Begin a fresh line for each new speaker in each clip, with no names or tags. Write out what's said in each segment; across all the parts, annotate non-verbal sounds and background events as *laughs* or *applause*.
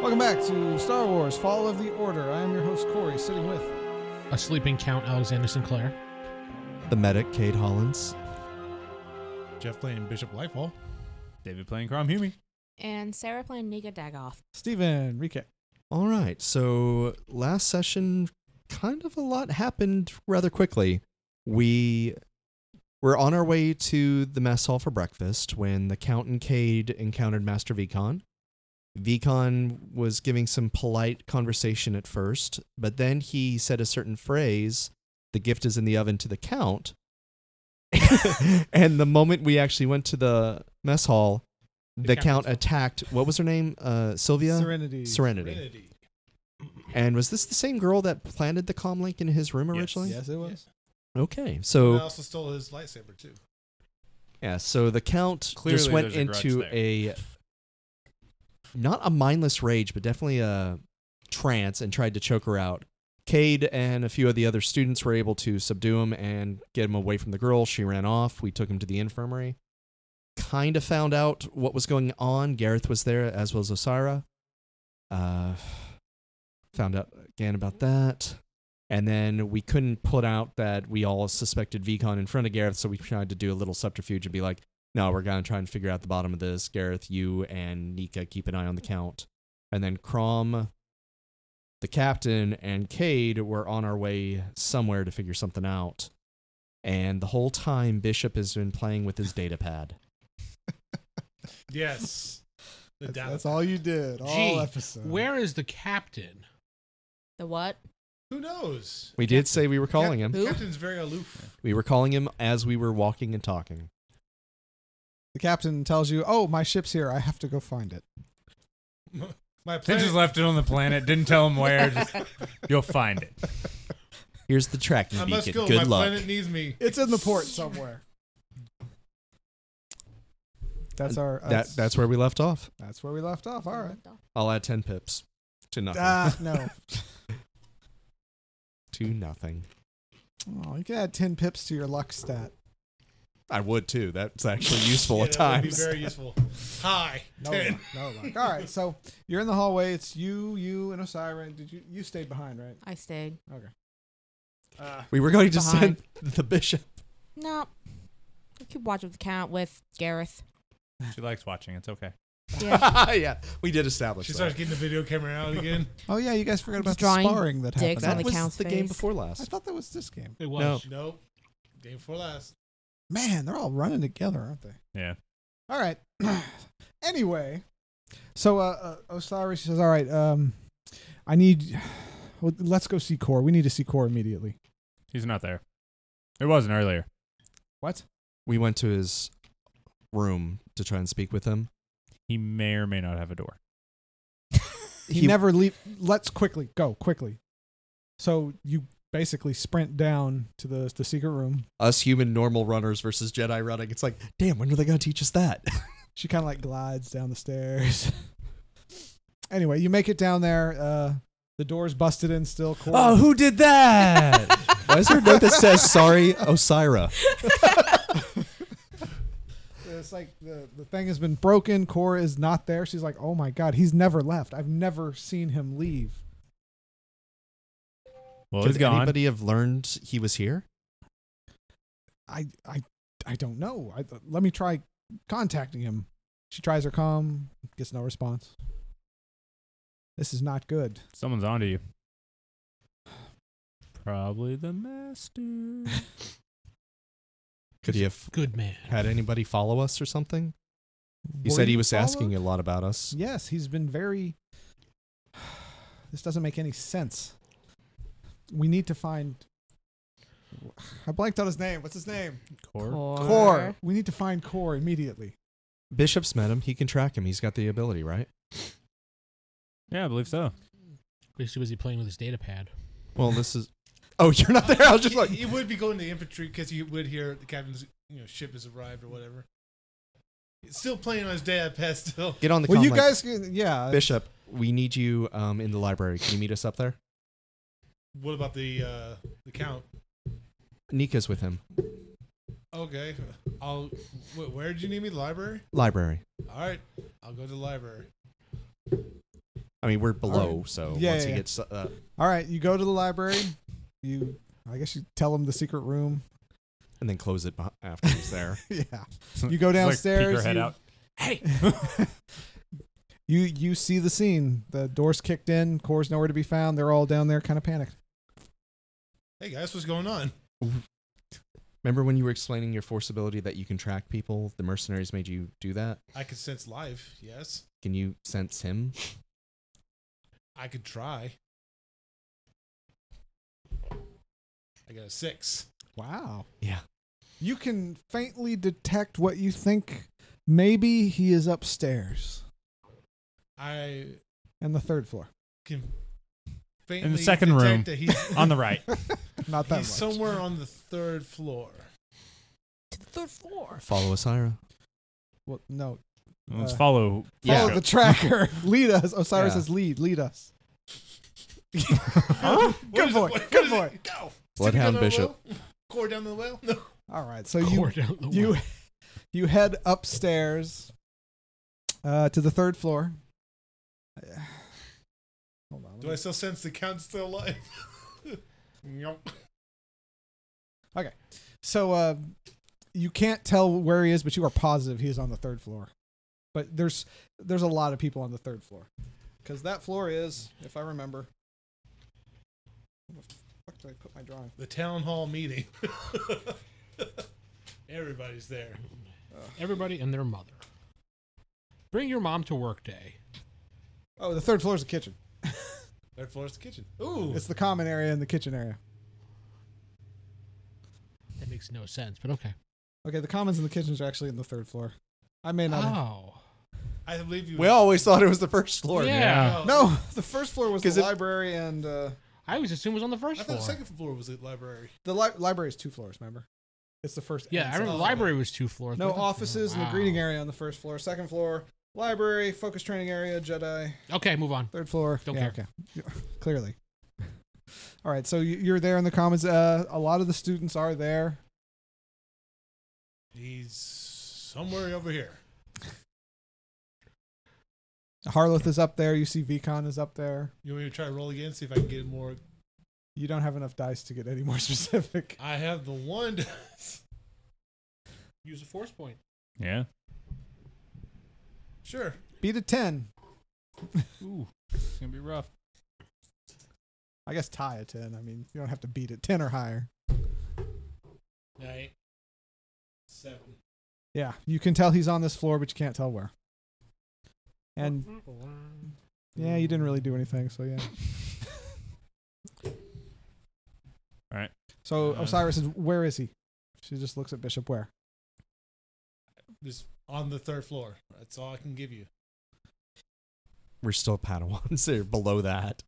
Welcome back to Star Wars Fall of the Order. I am your host, Corey, sitting with.
a sleeping Count Alexander Sinclair.
The medic, Cade Hollins.
Jeff playing Bishop Lifehall.
David playing Crom Humi.
And Sarah playing Nika Dagoff.
Steven, recap.
All right, so last session, kind of a lot happened rather quickly. We were on our way to the mess hall for breakfast when the Count and Cade encountered Master Vicon. Vicon was giving some polite conversation at first, but then he said a certain phrase, the gift is in the oven to the Count. *laughs* and the moment we actually went to the mess hall, the, count,
Count.
attacked what was her name? Uh, Sylvia?
Serenity.
Serenity. And was this the same girl that planted the comm link in his room originally?
Yes, it was.
Okay.
And I
So
also stole his lightsaber too.
yeah, so the count just
Clearly
went
there's a grudge
into
there.
a not a mindless rage, but definitely a trance and tried to choke her out. Cade and a few of the other students were able to subdue him and get him away from the girl. She ran off. We took him to the infirmary. Kind of found out what was going on. Gareth was there, as was Osira. Uh, found out again about that. And then we couldn't put out that we all suspected Vicon in front of Gareth, so we tried to do a little subterfuge and be like, no, we're going to try and figure out the bottom of this. Gareth, you and Nika keep an eye on the count. And then Crom, the captain, and Cade were on our way somewhere to figure something out. And the whole time, Bishop has been playing with his data pad.
Yes. The
That's,
data
that's
pack.
all you did. All
Gee,
episode.
Where is the captain?
The what?
Who knows?
We did say we were calling him.
Cap-
Who?
Captain's very aloof.
We were calling him as we were walking and talking.
The captain tells you, "Oh, my ship's here. I have to go find it."
My plan.
They just left it on the planet. Didn't tell him
*laughs*
where. Just, you'll find it.
Here's the tracking
I must
beacon.
go. My
Good luck.
planet needs me.
It's in the port somewhere. That's our.
That, that's where we left off.
that's where we left off. All right.
I'll add 10 pips to
*laughs*
nothing.
Ah, no.
*laughs* to nothing.
Oh, you can add ten pips to your luck stat.
I would too. That's actually useful
Yeah,
at
that would
times.
Be very useful. Hi.
No,
Ten.
luck, no luck. All right. So you're in the hallway. It's you, you, and Osiris. Did you? You stayed behind, right?
I stayed.
Okay.
Uh,
*laughs* We were going to
Behind.
send the bishop.
No. I keep watch with the count with Gareth.
She likes watching. It's okay.
Yeah.
*laughs* Yeah, we did establish
she starts
that.
getting the video camera out again.
Oh yeah, you guys forgot
I'm
about
just
the
drawing
sparring that happened.
dicks on
That
the
was
count's
the game
face.
before
I
last.
thought that was this game.
It
No.
was.
nope. Game before last.
Man, they're all running together, aren't they?
Yeah.
All right. *clears throat* anyway, so uh, uh, Osari says, "All right, um, I need. *sighs* Well, let's go see Core. We need to see Core immediately."
He's not there. It wasn't earlier.
What?
We went to his room to try and speak with him.
He may or may not have a door.
He,
He-
never leap. Let's quickly go quickly. So you basically sprint down to the the secret room.
Us human normal runners versus Jedi running. It's like, damn, when are they going to teach us that?
She kind of like glides down the stairs. *laughs* anyway, you make it down there. Uh, the door's busted in still.
*laughs*
Core.
Oh,
who
*laughs*
did that?
Why is there a note that says, sorry, Osira?
It's like the, the thing has been broken. Cora is not there. She's like, oh my God, he's never left. I've never seen him leave.
well,
Could
he's gone.
anybody have learned he was here?
I, I, I don't know. I, let me try contacting him. She tries her calm, gets no response. This is not good.
Someone's onto you. *sighs* Probably the master.
Could he have
Good man.
had anybody follow us or something? You said he was asking
you.
a lot about us.
Yes, he's been very. *sighs* This doesn't make any sense. We need to find. I blanked on his name. What's his name?
Core.
Core. We need to find Core immediately.
Bishop's met him. He can track him. He's got the ability, right?
Yeah, I believe so.
He's too busy playing with his data pad.
Well, this is. *laughs* Oh, you're not there. I was just
You-
like,
you would be going to the infantry because you would hear the captain's you know ship has arrived or whatever. He's still playing on his day at past still.
get on the.
well,
comm
you
link.
guys, can- yeah.
Bishop, we need you um, in the library. Can you meet us up there?
What about the uh the count?
Nika's with him.
Okay, I'll. Wait, where did you need me? The library.
Library.
All right, I'll go to the library.
I mean, we're below, so
Yeah, yeah,
once he
yeah.
gets. Uh,
All right, you go to the library. You, I guess, you tell him the secret room. *laughs*
and then close it beh- after he's there. *laughs*
yeah. You go
*laughs* Just, like, peek
downstairs,
your head
you-
out.
*laughs* You you see the scene. The doors kicked in. Core's nowhere to be found. They're all down there, kind of panicked.
Hey guys, what's going on?
Remember when you were explaining your force ability that you can track people? The mercenaries made you do that.
I could sense life. Yes,
Can you sense him?
I could try. I got a six.
Wow.
Yeah.
You can faintly detect what you think. Maybe he is upstairs
I
and the third floor.
can. Faintly
In the second
detect
room.
that he's,
On the *laughs* right.
Not that much.
he's somewhere on the third floor.
To the third *laughs* floor.
Follow Osira.
Well, no.
Let's
Uh,
follow.
Yeah.
Follow the tracker. *laughs* lead us. Osiris
Yeah.
says, "Lead, lead us."
What
good
is it?
boy.
What- what
Good
is
boy.
it? Go.
Bloodhound Bishop.
*laughs* Core down the well. No.
*laughs* All right. So Oh, you
Core down the
you
way.
you head upstairs uh, to the third floor. *sighs* Hold on. let
Do
me-
I still sense the count's still alive? *laughs* Yup.
So uh, you can't tell where he is, but you are positive he is on the third floor. But there's there's a lot of people on the third floor because that floor is, if I remember. Where the fuck did I put my drawing?
the town hall meeting. *laughs* Everybody's there.
Everybody and their mother. Bring your mom to work day.
Oh, the third floor is the kitchen.
Third floor's the kitchen. Ooh.
It's the common area and the kitchen area.
That makes no sense, but okay.
Okay, the commons and the kitchens are actually in the third floor. I may not. have-
Oh.
I believe you.
We always thought it was the first floor.
yeah.
Oh,
No, *laughs* the first floor was the
'Cause it-
library, and uh,
I always assumed it was on the
I
first
thought
floor.
the second floor was the library.
the li- library is two floors. Remember, it's the first.
yeah,
and
I remember
second
the
floor.
library was two floors.
No
but I thought-
offices and the
Wow.
greeting area on the first floor. Second floor, library, focus training area, Jedi.
Okay, move on.
Third floor.
Don't
yeah, Okay. *laughs* Clearly. All right, so you- you're there in the commons. Uh, a lot of the students are there.
He's somewhere over here.
Harloth is up there. You see Vicon is up there.
You want me to try to roll again, see if I can get more?
You don't have enough dice to get any more *laughs* specific.
I have the one.
Use a force point.
Yeah.
sure.
Beat a 10.
Ooh. It's going to be rough.
I guess tie a 10. I mean, you don't have to beat it. 10 or higher.
Nine. Seven.
Yeah, you can tell he's on this floor, but you can't tell where. And yeah, you didn't really do anything, so yeah.
Alright.
So
Uh,
Osiris is where is he? She just looks at Bishop Ware.
Just on the third floor. That's all I can give you.
We're still Padawans. *laughs* They're below that.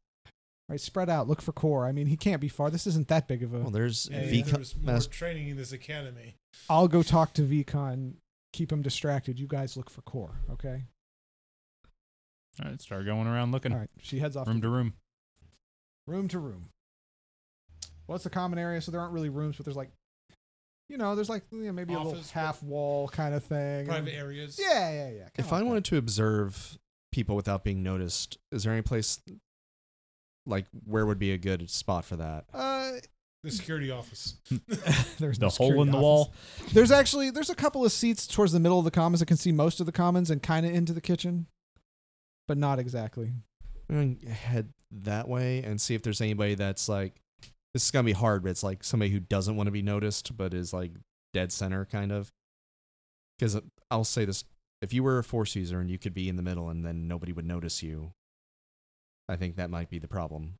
All right, spread out, look for core. I mean, he can't be far. This isn't that big of a.
Well, there's
Yeah,
Vic-
there was more
Mas-
training in this academy.
I'll go talk to Vcon. Keep him distracted. You guys look for core, okay?
All right. Start going around looking
All right. She heads off
room
to,
to room.
room to room. What's the common area? So there aren't really rooms, but there's like, you know, there's like you know, maybe a
Office,
little half wall kind of thing.
Private areas.
Yeah, yeah, yeah. kinda
If
like
I
that.
wanted to observe people without being noticed, is there any place like where would be a good spot for that?
Uh,
The security office.
*laughs* there's no
The hole in
security
the
office.
wall.
There's actually there's a couple of seats towards the middle of the commons that can see most of the commons and kind of into the kitchen, but not exactly.
I'm gonna head that way and see if there's anybody that's like this is gonna be hard, but it's like somebody who doesn't want to be noticed but is like dead center kind of. Because I'll say this: if you were a force user and you could be in the middle and then nobody would notice you, I think that might be the problem.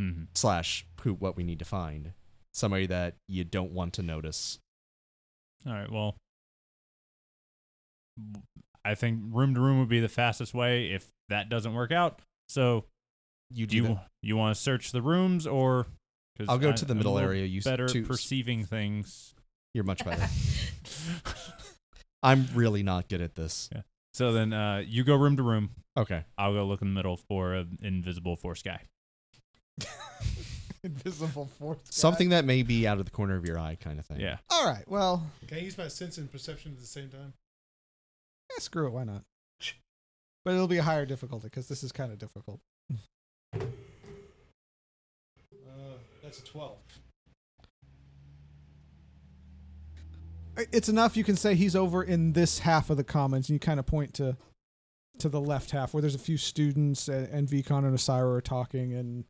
Mm-hmm.
Slash, who what we need to find somebody that you don't want to notice.
All right. Well, I think room to room would be the fastest way if that doesn't work out. So
You do.
do you
that.
you want to search the rooms or? Cause
I'll go
I-
to the
I'm a
middle
little
area. You s-
Better
to-
perceiving things.
You're much
*laughs*
better. I'm really not good at this.
So then uh, you go room to room.
Okay.
I'll go look in the middle for an invisible force guy.
Invisible force. guy.
Something that may be out of the corner of your eye, kind of thing.
Yeah.
All right. Well,
Can I use my sense and perception at the same time?
eh, screw it. Why not? But it'll be a higher difficulty because this is kind of difficult.
Uh, that's a 12.
I- It's enough. You can say he's over in this half of the commons, and you kind of point to to the left half where there's a few students and, and Vicon and Osira are talking, and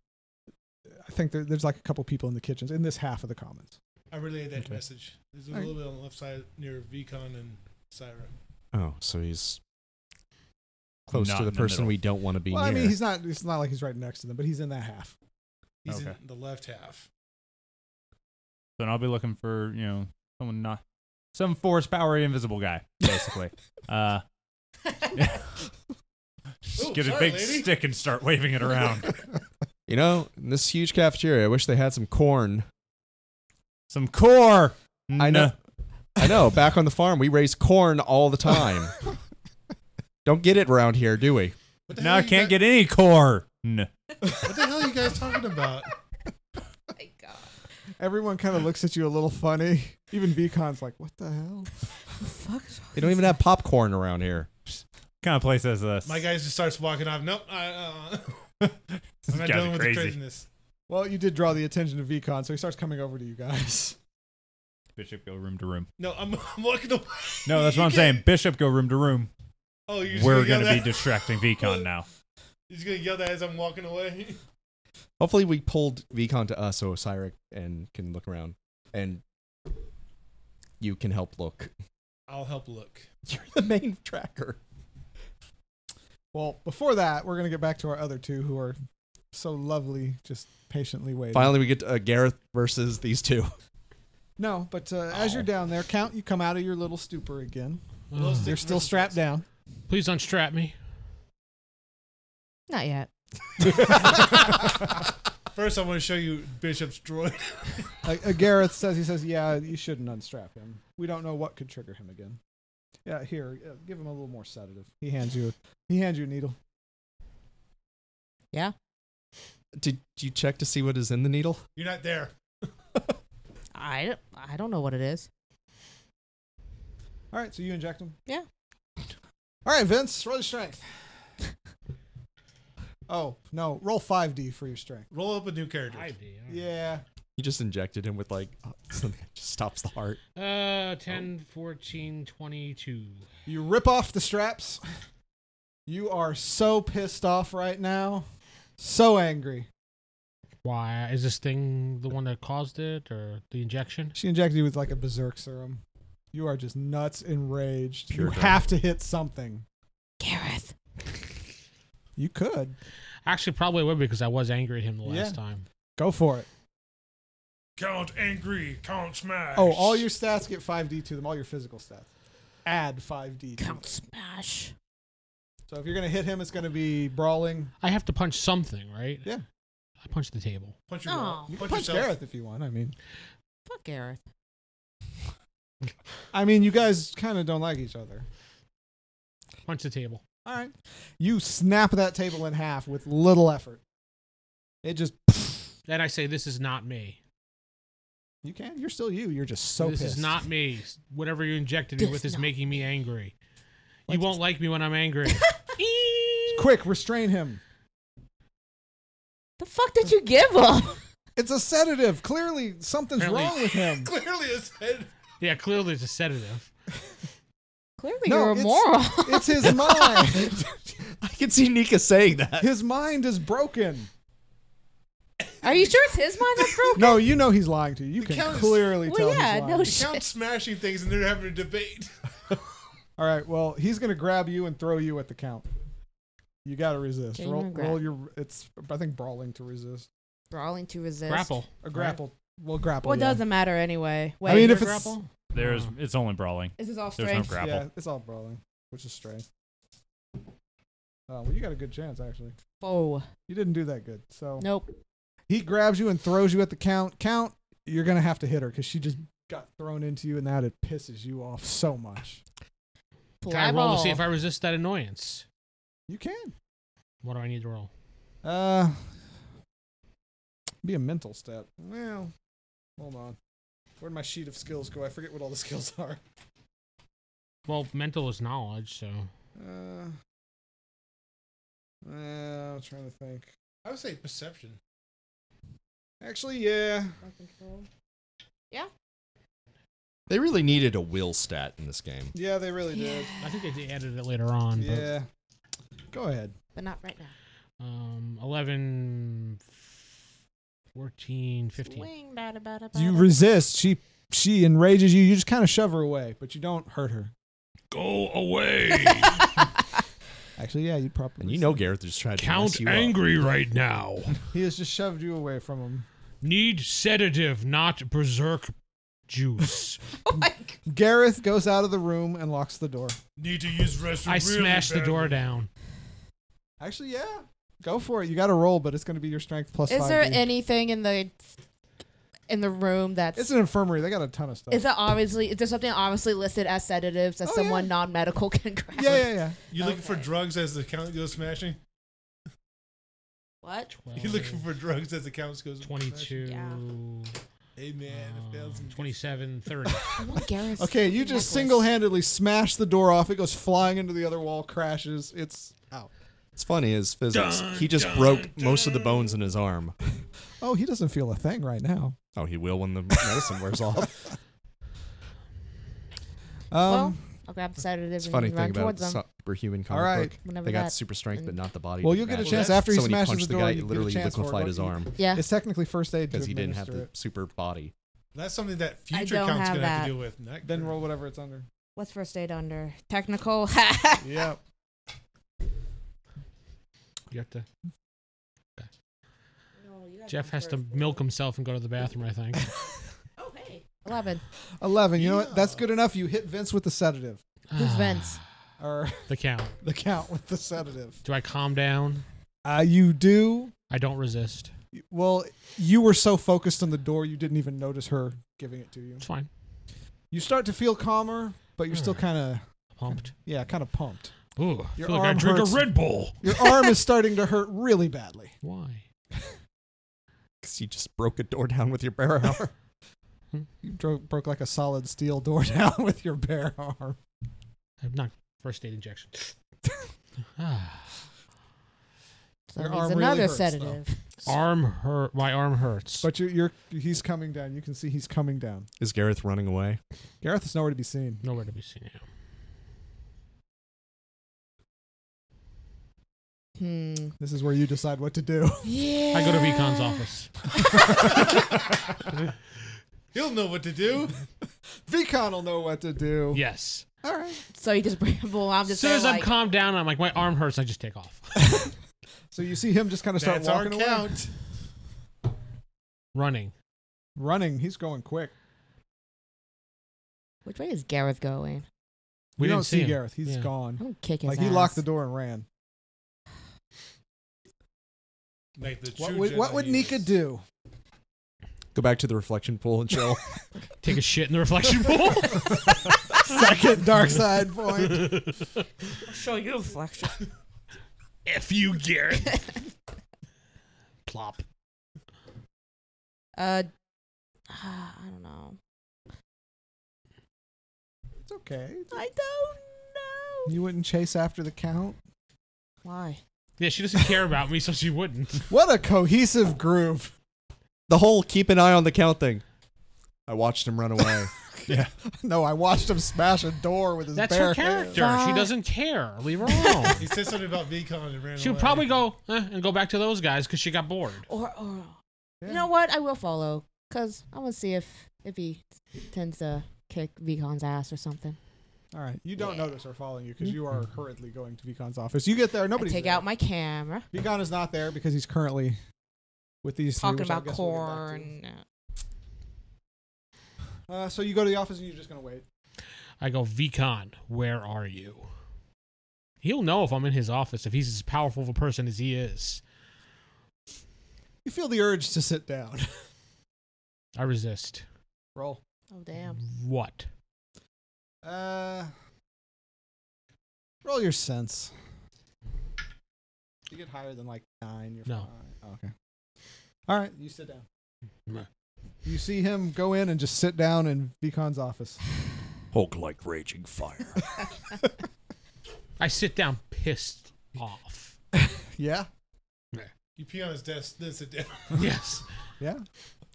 I think there, there's like a couple people in the kitchens in this half of the commons.
I relayed that
Okay.
message. There's a
All right.
little bit on the left side near Vicon and Syra.
Oh, so he's close
Not
to the
in the
person
middle.
we don't want to be
well,
near.
I mean, he's not. It's not like he's right next to them, but he's in that half.
He's
Okay.
in the left half.
Then I'll be looking for you know someone not some force power invisible guy
*laughs*
basically. uh, *laughs* just
Ooh,
get a
sorry,
big
lady.
stick and start waving it around.
you know, in this huge cafeteria, I wish they had some corn.
Some core.
I know.
No.
I know. Back on the farm, we raise corn all the time. don't get it around here, do we?
What the
Now
hell
I
you
can't
guy-
get any core. No.
What the hell are you guys talking about?
*laughs* my God.
Everyone kind of looks at you a little funny. *laughs* Even Vicon's like, "What the hell?"
The fuck is
They don't even have popcorn around here.
kind of place is this?
My guy just starts walking off. Nope. I, uh, *laughs*
These
I'm not
guys are
dealing with
crazy.
the craziness.
Well, you did draw the attention of Vicon, so he starts coming over to you guys. *laughs*
Bishop go room to room.
No, I'm, *laughs* I'm walking away.
No,
*laughs*
that's
You
what I'm
can't-
saying. Bishop go room to room.
Oh, you're just
We're
gonna
gonna
yell
be
that- *laughs*
distracting Vicon now.
You're just gonna yell that as I'm walking away. *laughs*
Hopefully, we pulled Vicon to us so Osirik and can look around, and you can help look. *laughs*
I'll help look.
You're the main tracker.
Well, before that, we're gonna get back to our other two who are so lovely, just patiently waiting.
Finally, we get to, uh, Gareth versus these two. *laughs*
No, but uh, as you're down there, count. You come out of your little stupor again.
Ugh.
Stick
You're still
versus
strapped
us.
down.
Please unstrap me.
Not yet.
First, I want to show you Bishop's droid. *laughs*
Uh, uh, Gareth says, "He says, yeah, you shouldn't unstrap him. We don't know what could trigger him again." Yeah, here, uh, give him a little more sedative. He hands you. He hands you a needle.
Yeah.
Did you check to see what is in the needle?
You're not there.
I don't, I don't know what it is.
All right, so you inject him.
Yeah.
All right, Vince, roll your strength. *laughs* oh no, roll five D for your strength.
Roll up a new character.
Mm.
Yeah.
You just injected him with like uh, *laughs* something that just stops
*laughs*
the heart.
Uh, 10, 14, 22.
You rip off the straps. You are so pissed off right now. So angry.
Why? Is this thing the one that caused it or the injection?
She injected you with like a berserk serum. You are just nuts enraged.
Pure
you
adrenaline.
have to hit something.
Gareth.
You could.
Actually, probably would because I was angry at him the
Yeah.
last time.
Go for it.
Count angry. Count smash.
Oh, all your stats get 5d to them, all your physical stats. Add 5d. To them.
Count smash.
So if you're going to hit him, it's going to be brawling.
I have to punch something, right?
Yeah.
I punched the table.
punch your
Aw.
wall.
You can
punch,
punch
yourself.
Gareth if you want. I mean,
Fuck Gareth.
I mean, you guys kind of don't like each other.
Punch the table.
All right. You snap that table in half with little effort. It just
Then I say, This is not me.
You can. You're still you. You're just so
this
pissed.
is not me. Whatever you injected me
This
with is
not
making me angry.
Like-
You won't like me when I'm angry.
Quick, restrain him.
The fuck did you give him? *laughs*
It's a sedative. Clearly, something's
Apparently-
wrong with him.
Clearly, his head.
yeah, clearly it's a sedative.
Clearly
No,
you're a
it's-
moron. *laughs*
It's his mind.
I can could see Nika saying that.
His mind is broken.
Are you sure it's his mind that's
*laughs*
broken?
No, you know he's lying to you. You
The
can
count is-
clearly
Well,
tell.
yeah,
he's lying.
no
The
*laughs*
shit.
count's smashing things and they're having a debate.
All right. Well, he's gonna grab you and throw you at the count. You gotta resist.
Game
Roll,
and grab.
roll your. It's I think brawling to resist.
Brawling to resist.
Grapple.
A grapple. Well, grapple.
Well, it
yeah.
doesn't matter anyway. Wait,
I mean,
Your
if it's
grapple?
There's it's only brawling.
this is all
There's no
strength.
grapple.
yeah, it's all brawling, which is strange. Oh well, you got a good chance actually.
oh,
You didn't do that good. So
nope.
he grabs you and throws you at the count. Count. You're gonna have to hit her because she just got thrown into you, and that it pisses you off so much.
Can I roll to see if I resist that annoyance?
You can.
What do I need to roll?
Uh, be a mental step. Well, hold on. Where'd my sheet of skills go? I forget what all the skills *laughs* are.
Well, mental is knowledge, so
Uh, uh, I'm trying to think.
I would say perception.
Actually, yeah.
*laughs* They really needed a will stat in this game.
Yeah, they really did.
I think they added it later on.
Yeah. Go ahead.
But not right now.
But, um, 11, 14, 15.
Swing, bada, bada,
You
bada.
resist. She she enrages you. You just kind of shove her away, but you don't hurt her.
Go *laughs* away.
Actually, yeah, you probably.
And you know Gareth just tried
Count
to mess you up.
angry right now.
he has just shoved you away from him.
Need sedative, not berserk juice.
*laughs*
*laughs*
oh my God.
Gareth goes out of the room and locks the door.
Need to use restroom.
I
really
smashed the
badly.
door down.
Actually, yeah. Go for it. You got to roll, but it's going to be your strength plus
Is
five.
there
D.
anything in the in the room that's
It's an infirmary. They got a ton of stuff.
is it obviously is there something obviously listed as sedatives that
Oh,
someone
yeah.
non-medical can grab?
yeah, yeah, yeah.
You looking for
Okay.
drugs as the count goes smashing?
What?
You
Oh,
looking for drugs as the count goes smashing?
22,
Yeah.
Hey man, a
um,
thousand.
27, 30.
I want
*laughs*
Gareth's
Okay, you just
necklace.
single-handedly smash the door off. It goes flying into the other wall, crashes. It's out.
It's funny is physics. he just broke most of the bones in his arm.
Oh, he doesn't feel a thing right now.
Oh, he will when the medicine wears off.
Um,
well, I'll grab the sedative
It's a
and
funny
run
thing about
towards them.
superhuman comic
All right.
book.
Whenever
They got
that-
super strength, but not the body.
well,
to
you'll get a
match
chance
it.
after he
so when
smashes
punched
the door. you
guy, it
get a
literally
chance for it,
liquefied his
don't you?
arm
Yeah.
It's technically first aid to
because he didn't have
administer
the
it.
super body.
That's something that
I
future
don't
count's
have
gonna have
that.
to deal with. Not
Then
good.
roll whatever it's under.
What's first aid under? *laughs* Technical.
yeah.
You have to. Jeff has to milk himself and go to the bathroom, I think.
Oh hey. Eleven.
Eleven. You know what? That's
Yeah.
good enough. You hit Vince with the sedative,
*laughs*
Ah,
Who's Vince?
or *laughs*
The count.
the count with the sedative.
Do I calm down?
Uh, you do
I don't resist.
Well, you were so focused on the door, you didn't even notice her giving it to you.
It's fine.
You start to feel calmer, but you're
Hmm.
still kind of,
Pumped.
yeah, kind of pumped.
Ooh, I
Your
feel like I
arm
drink
hurts.
a Red Bull.
Your arm is starting to hurt really badly.
Why?
Because you just broke a door down with your bare arm.
You dro- broke like a solid steel door *laughs* down with your bare arm.
I'm Uh, not first aid
*laughs*
injection. Ah,
So
Your
needs
arm really
another
hurts, though.
sedative.
arm hurt. My arm hurts.
But you're, you're, he's coming down. You can see he's coming down.
Is Gareth running away?
Gareth is nowhere to be seen.
nowhere to be seen. Now.
Hmm.
This is where you decide what to do.
Yeah.
I go to Vicon's office.
he'll know what
*laughs*
to do.
Vicon will know what to do.
Yes.
All right.
So you just *laughs* well, I'm
As
just
soon
there,
as I'm
like,
calmed down, I'm like, my arm hurts. I just take off.
So you see him just kind of start
That's our
walking away.
count.
Running.
Running. He's going quick.
Which way is Gareth going?
We
you
didn't
don't see
him.
Gareth. He's
Yeah.
gone.
I'm kicking.
Like he locked the door and ran.
Like the
What
true
would, what would
Jedi
Nika
*laughs*
is.
do?
Go back to the reflection pool and chill. *laughs*
Take a shit in
*laughs*
the reflection pool.
Second dark side point.
Show you reflection.
F you, Gareth. Plop.
Uh, *sighs* I don't know.
It's okay.
*laughs* I don't know.
You wouldn't chase after the count.
Why?
Yeah, she doesn't care about me, so she wouldn't.
What a cohesive group. *laughs*
the whole keep an eye on the count thing. I watched him run away.
Yeah.
no, I watched him smash a door with his
That's
bare
her character.
hand.
She
Fuck.
doesn't care. Leave her alone.
*laughs*
He said something about VCon and ran
she
away.
would probably go eh, and go back to those guys because she got bored.
Or, or
Yeah.
you know what? I will follow because I want to see if if he tends to kick Vicon's ass or something.
All right, you don't
Yeah. Mm-hmm.
notice her following you because you are hurriedly going to Vicon's office. You get there,
I
nobody.
take out my camera,
Vicon is not there because he's currently with these three,
talking
which I
about
guess we'll get back to.
corn.
Uh, so you go to the office and you're just gonna wait.
I go, Vicon, where are you? He'll know if I'm in his office if he's as powerful of a person as he is.
You feel the urge to sit down. *laughs*
I resist.
Roll.
Oh damn!
What?
Uh, roll your sense. If you get higher than like nine, you're
No.
fine. Oh, okay. All right, you sit down.
Meh.
You see him go in and just sit down in Vicon's office. *laughs*
Hulk like raging fire.
I sit down pissed off.
Yeah,
You pee on his desk, then sit down.
yes.
yeah.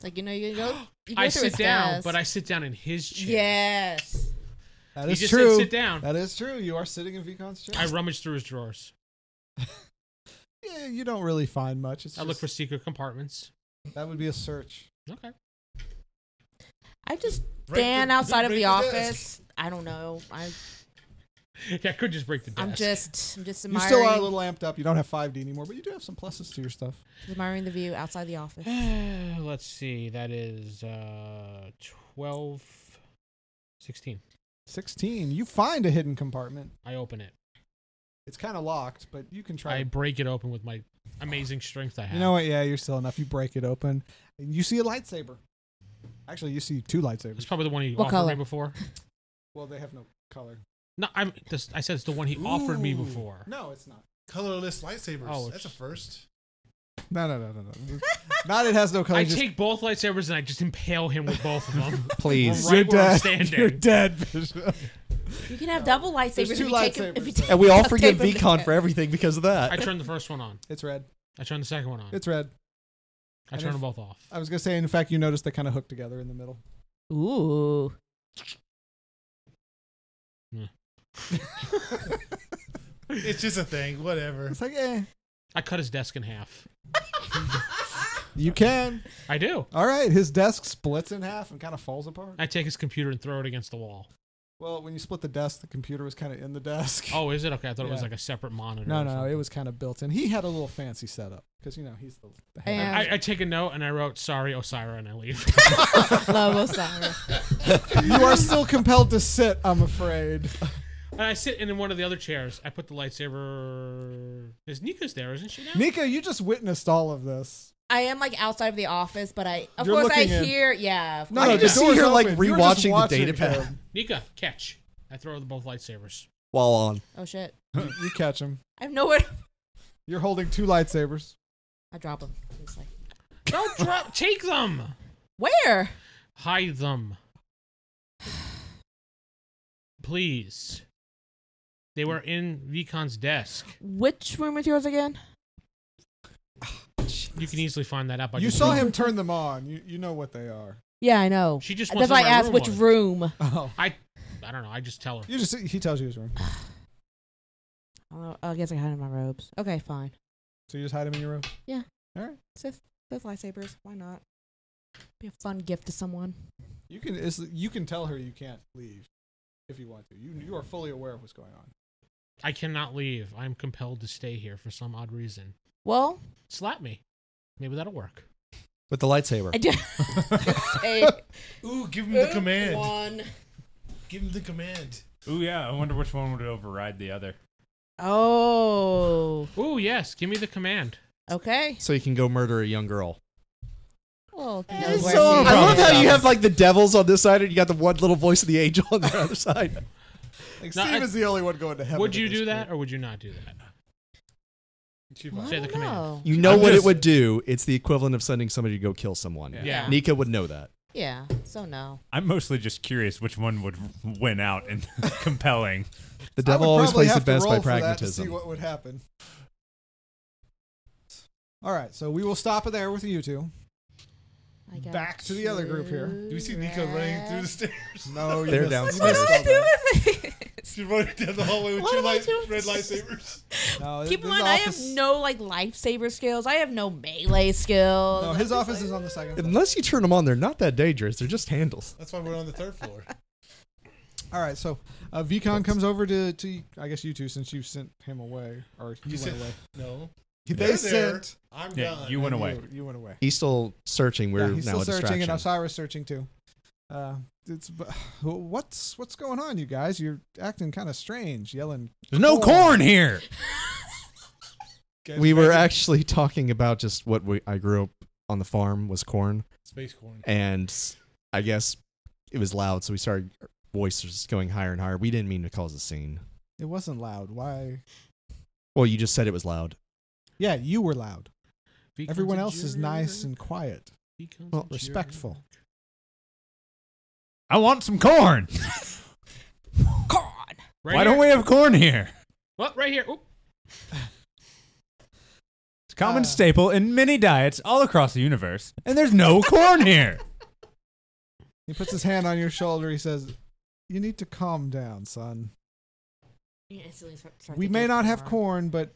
Like you know you go. You go
I
through
sit
his
down,
desk.
but I sit down in his chair.
Yes.
That
He
is
just
true.
said sit down.
That is true. You are sitting in Vicon's chair.
I rummage through his drawers.
yeah, you don't really find much. It's
I look for
just-
secret compartments.
that would be a search.
Okay. *laughs*
I just
Break
stand
the-
outside of
break
the
desk.
office. I don't know. I,
Yeah, I could just break the desk.
I'm just I'm just
You
admiring,
still are a little amped up. You don't have 5D anymore, but you do have some pluses to your stuff.
admiring the view outside
*sighs*
the office.
*sighs* Let's see. That is uh, 12, 16.
16. You find a hidden compartment.
I open it.
It's kind of locked, but you can try.
I break it open with my amazing strength I have.
you know what? Yeah, you're still enough. You break it open, and you see a lightsaber. Actually, you see two
It's
lightsabers.
probably the one he
What
offered me
color?
before.
Well, they have no color.
No, I'm. This, I said it's the one he offered me
Ooh.
before.
No, it's not.
Colorless lightsabers.
Oh,
That's a first.
No, no, no, no, no. not it has no color.
I
just
take both lightsabers and I just impale him with both
*laughs*
of them.
Please.
right
you're
where I'm
dead.
standing.
You're dead. Bishop.
You can have double lightsabers if
two
you take 'em- if you
lightsabers.
take
And we all
the
forgive
tape of the-
Vicon for everything because of that.
I turn the first one on.
it's red.
I turn the second one on.
It's red.
I
and
turn
if-
them both off.
I was gonna say. In fact, you notice they kind of hook together in the middle.
Ooh.
*laughs* It's just a thing. Whatever.
It's like, eh.
I cut his desk in half.
You can.
I do.
All right. His desk splits in half and kind of falls apart.
I take his computer and throw it against the wall.
Well, when you split the desk, the computer was kind of in the desk.
Oh, is it okay? I thought it was
Yeah.
like a separate monitor.
No,
or
no, it
something.
was kind of built in. He had a little fancy setup because you know he's the. the head.
And
I, I take a note and I wrote "Sorry, Osira," and I leave. *laughs*
Love Osara.
you are still compelled to sit, I'm *laughs* afraid.
and I sit in one of the other chairs. I put the lightsaber. Is Nika's there? Isn't she now?
Nika, you just witnessed all of this.
I am like outside of the office, but I of
You're
course I
looking in.
hear yeah. Of
No,
course.
no,
I
the
just see
door's
her, like,
open. You were just
rewatching the
watching
data pad.
him.
Nika, catch! I throw the both lightsabers.
While on.
oh shit!
*laughs* You, you catch him.
I have nowhere. to- *laughs*
You're holding two lightsabers.
I drop them. It's like
Don't drop. *laughs* Take them.
where?
Hide them. Please. They were in Vicon's desk.
Which room is yours again?
You can easily find that out by
You
just
saw
reading.
him turn them on. You you know what they are.
Yeah, I know.
She just wants
That's why
to
I
know my
asked
room
which
was.
room.
Oh.
I I don't know. I just tell her.
You just he tells you his room.
I don't know. Oh, I guess I hide in my robes. Okay, fine.
So you just hide him in your room.
Sith, Sith lightsabers. Why not? Be a fun gift to someone.
You can it's, you can tell her you can't leave if you want to. You you are fully aware of what's going on.
I cannot leave. I'm compelled to stay here for some odd reason.
Well,
Slap me. Maybe that'll work.
With the lightsaber.
I do. Say
Ooh, give him the command.
One.
Give him the command.
Ooh, yeah. I wonder which one would override the other.
Oh.
Ooh, yes. Give me the command.
Okay.
so you can go murder a young girl.
Well, if you know
I
where
love
he is.
how you have like the devils on this side and you got the one little voice of the angel
*laughs*
on the other side.
Like
No,
Steve
I-
is the only one going to heaven.
Would
at
you
this
do
point.
that or would you not do that?
I
Say the
don't
command.
know.
You know
I'm
what
just-
it would do. It's the equivalent of sending somebody to go kill someone.
Yeah.
Nika would know that.
Yeah. So no.
I'm mostly just curious which one would win out and *laughs* compelling.
The
I would
devil always
probably
plays
have to
it best by
roll for that to see
pragmatism.
what would happen. All right, so we will stop it there with you two.
I got
Back to the other group here.
Do we see Nico running through the stairs? *laughs*
No, you
They're
missed-
downstairs.
you missed
What do
all that.
She's running down the hallway with
What
two
am I
light,
doing?
red lightsabers.
No,
Keep in
this
mind, I have
office-
no like lifesaver skills. I have no melee skills.
No, his office is on the second. floor.
Unless you turn them on, they're not that dangerous. They're just handles.
That's why we're on the third floor.
All right, so uh, Vcon comes over to, to I guess you two since you sent him away or you,
You
went
*laughs*
sent-
away.
No,
They
They're there.
sent
I'm
Yeah,
done.
you went
I knew
away.
it.
You, you went away.
He's still searching. We're
yeah, he's
now
still
a
searching, and
distraction.
Osiris searching too. Uh, it's *sighs* b- what's what's going on, you guys? You're acting kind of strange, yelling.
There's no corn here.
Guys,
We were
back
actually talking about just what we, I grew up on the farm was corn,
in space corn.
and I guess it was loud, so we started our voices going higher and higher. We didn't mean to cause a scene.
It wasn't loud. Why?
Well, you just said it was loud.
Yeah, you were loud.
Vicon's
Everyone
a
else is
jury.
nice and quiet.
Vicon's a
well,
jury.
respectful.
I want some corn.
God.
Right
Why don't we have corn here?
Well, right here. Oop.
*laughs* It's a common
Uh,
staple in many diets all across the universe, and there's no corn here.
He puts his hand on your shoulder. He says, "You need to calm down, son.
You instantly start- start
We
thinking
may
of
not have corn, but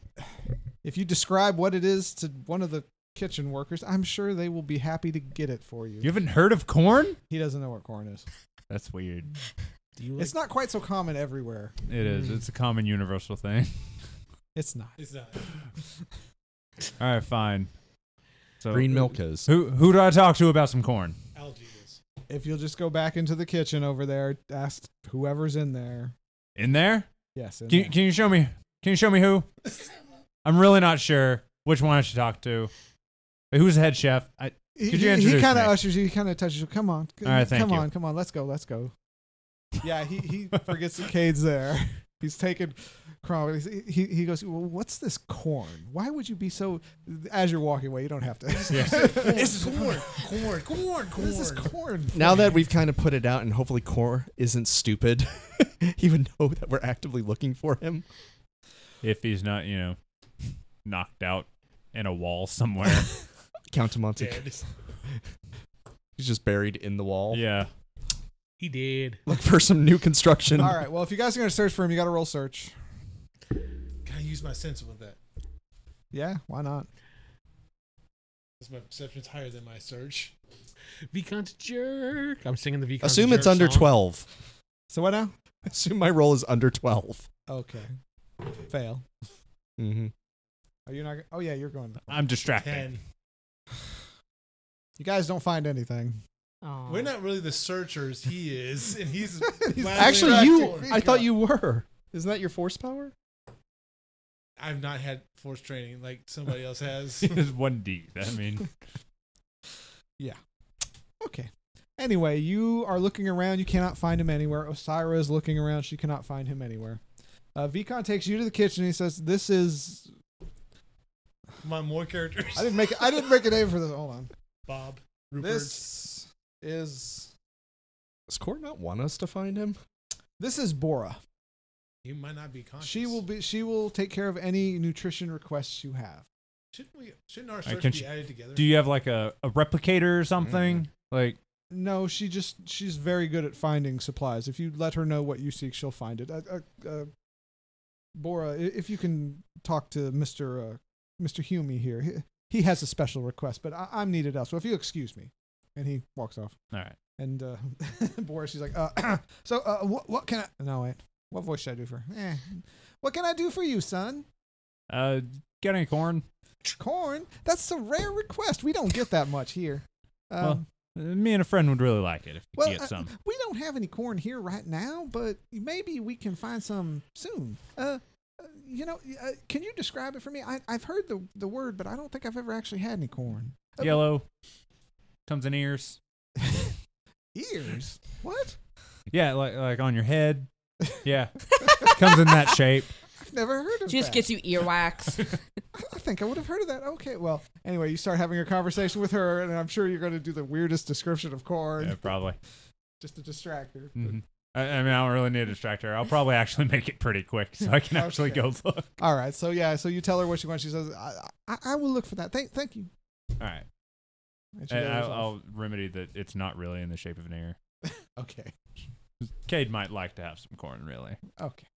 if you describe what it is to one of the kitchen workers, I'm sure they will be happy to get it for you."
You haven't heard of corn?
He doesn't know what corn is.
That's weird.
Do you like
It's not quite so common everywhere.
It is.
Mm.
It's a common universal thing. *laughs*
It's not.
It's not.
All right, fine. So
Green milk is.
Who who do I talk to about some corn?
Algae is.
If you'll just go back into the kitchen over there, ask whoever's in there.
In there?
Yes. in
Can you,
there.
can you show me? Can you show me who? I'm really not sure which one I should talk to. But who's the head chef? I,
He-
could you
he- he
introduce
kind of
me?
ushers you. He kind of touches you. Come on.
All right, thank
come
you.
on. Come on. Let's go. Let's go. Yeah, he,
*laughs*
he forgets that Cade's there. He's taking Cromwell. He's- He, he goes, well, what's this corn? Why would you be so, as you're walking away, you don't have to. *laughs*
It's corn. Corn. Corn.
what is this
Corn.
corn?
Now that we've kind of put it out, and hopefully Core isn't stupid, *laughs* he would know that we're actively looking for him.
if he's not, you know, knocked out in a wall somewhere.
*laughs*
Count him Monte.
Dead.
He's just buried in the wall.
yeah.
he did.
Look for some new construction.
All right. Well, if you guys are going to search for him, you got to roll search.
Can I use my sense with that?
Yeah, why not?
Because my perception's higher than my search.
Vicon's a jerk. I'm singing the Vicon.
Assume it's under 12.
So what now?
*laughs* Assume my roll is under 12.
Okay. Fail.
Mm-hmm.
Are you not? go- Oh, yeah, you're going.
I'm distracted.
Ten.
You guys don't find anything.
Aw.
We're not really the searchers. He is, and he's,
He's-
loudly
Actually, you.
corn.
I thought you were. Isn't that your force power?
I've not had force training like somebody else has. *laughs*
*laughs* It's one D. I mean,
Okay. Anyway, you are looking around. You cannot find him anywhere. Osira is looking around. She cannot find him anywhere. Uh, Vicon takes you to the kitchen. He says, "This is."
Come on, more characters.
I didn't make. I didn't make a name for this. Hold on.
Bob. Rupert.
This is.
Does Core not want us to find him?
This is Bora.
He might not be conscious.
She will be. She will take care of any nutrition requests you have.
Shouldn't we? Shouldn't our
can
search be
sh-
added together?
do you have like a, a replicator or something?
Mm-hmm.
Like,
No, she just. She's very good at finding supplies. If you let her know what you seek, she'll find it. Uh, uh, uh, Bora, i- if you can talk to Mister uh, Mr. Humey here. He, he has a special request, but I, I'm needed elsewhere. If you excuse me. And he walks off.
all right.
And uh, *laughs* Boris, she's like, uh, *clears throat* so uh, what, what can I? No, wait. What voice should I do for? her? Eh. What can I do for you, son?
Uh, get any corn?
Corn? That's a rare request. We don't get that much here. Um,
*laughs* Well, Uh, Me and a friend would really like it if you
well,
could get
uh,
some.
we don't have any corn here right now, but maybe we can find some soon. Uh, uh, you know, uh, can you describe it for me? I, I've heard the, the word, but I don't think I've ever actually had any corn. Uh,
Yellow comes in ears.
Ears? What?
Yeah, like like on your head.
*laughs*
Yeah, comes in that shape.
I've never heard of
She just
that.
gets you
*laughs*
earwax.
I- I think I would have heard of that. Okay, well, anyway, you start having a conversation with her, and I'm sure you're going to do the weirdest description of corn
Yeah, probably.
just to distract her.
Mhm. I, I mean, I don't really need a distractor. I'll probably actually make it pretty quick, so
*laughs*
I can actually
Okay.
go look.
All right, so yeah, so you tell her what you want. She says, "I, I, I will look for that. Thank, thank you."
All right.
And she
And
got
I'll,
herself-
I'll remedy that it's not really in the shape of an ear.
okay.
Cade might like to have some corn, really.
Okay.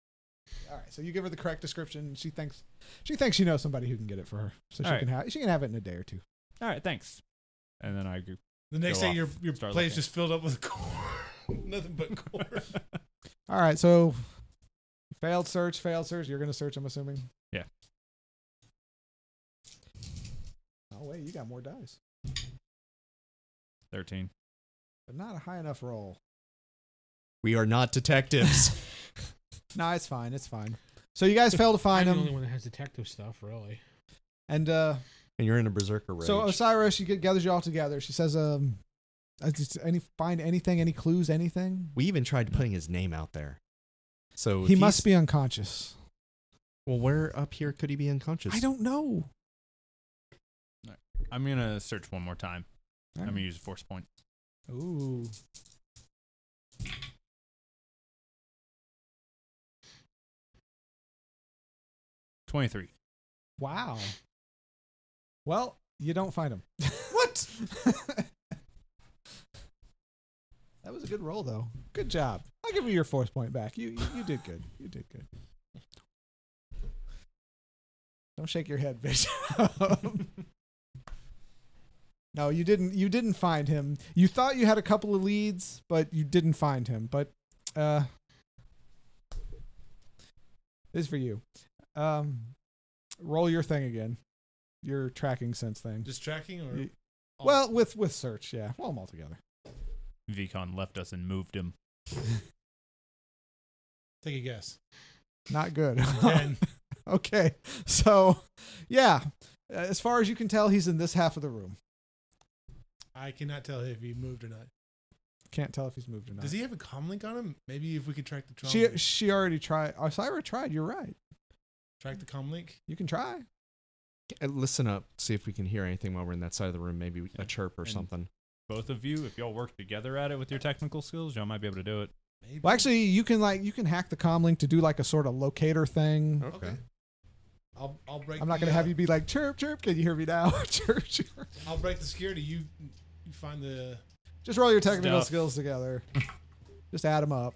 All right. So you give her the correct description. And she thinks she thinks she knows somebody who can get it for her, so she
All right.
can have she can have it in a day or two.
All right, thanks. And then I go.
The next
Go
day,
off,
your your
start
plate's
looking.
just filled up with *laughs* corn. *laughs* Nothing but corn.
*laughs*
All right. So failed search, failed search. You're gonna search. I'm assuming.
Yeah.
Oh wait, you got more dice,
Thirteen.
but not a high enough roll.
We are not detectives. *laughs*
No, it's fine. It's fine. So you guys fail to
I'm
find
the only
him,
one that has detective stuff, really.
and uh,
and you're in a berserker rage.
so Osiris, she get- gathers you all together. She says, "Um, I just any find anything, any clues, anything?
we even tried putting his name out there. So Oh, if
He
he's-
must be unconscious.
Well, where up here could he be unconscious?
I don't know.
I'm gonna search one more time. I'm gonna use a force point.
Ooh.
Twenty-three.
Wow. Well, you don't find him. what? *laughs* that was a good roll, though. Good job. I'll give you your force point back. You, you you did good. You did good. Don't shake your head, bitch. *laughs* no, you didn't. You didn't find him. You thought you had a couple of leads, but you didn't find him. But uh, this is for you. Um, roll your thing again. Your tracking sense thing.
Just tracking, or
You- Well, with with search, yeah. Roll them all together.
Vicon left us and moved him.
take
*laughs*
a guess.
Not good.
Ten.
okay. So, yeah, Uh, as far as you can tell, he's in this half of the room.
I cannot tell if he moved or not.
Can't tell if he's moved or not.
Does he have a comlink on him? Maybe if we could track the comlink.
She she already tried. Osira tried. You're right.
track the comlink.
You can try.
Uh, Listen up. See if we can hear anything while we're in that side of the room. Maybe
Yeah.
a chirp or
And-
something.
Both of you, if y'all work together at it with your technical skills, y'all might be able to do it.
Maybe.
Well, actually, you can like you can hack the comlink to do like a sort of locator thing.
okay. I'll I'll break.
I'm not
the,
gonna have
uh,
you be like chirp chirp. Can you hear me now? *laughs* chirp chirp.
I'll break the security. You you find the
Just roll your technical
Stuff.
skills together. Just add them up.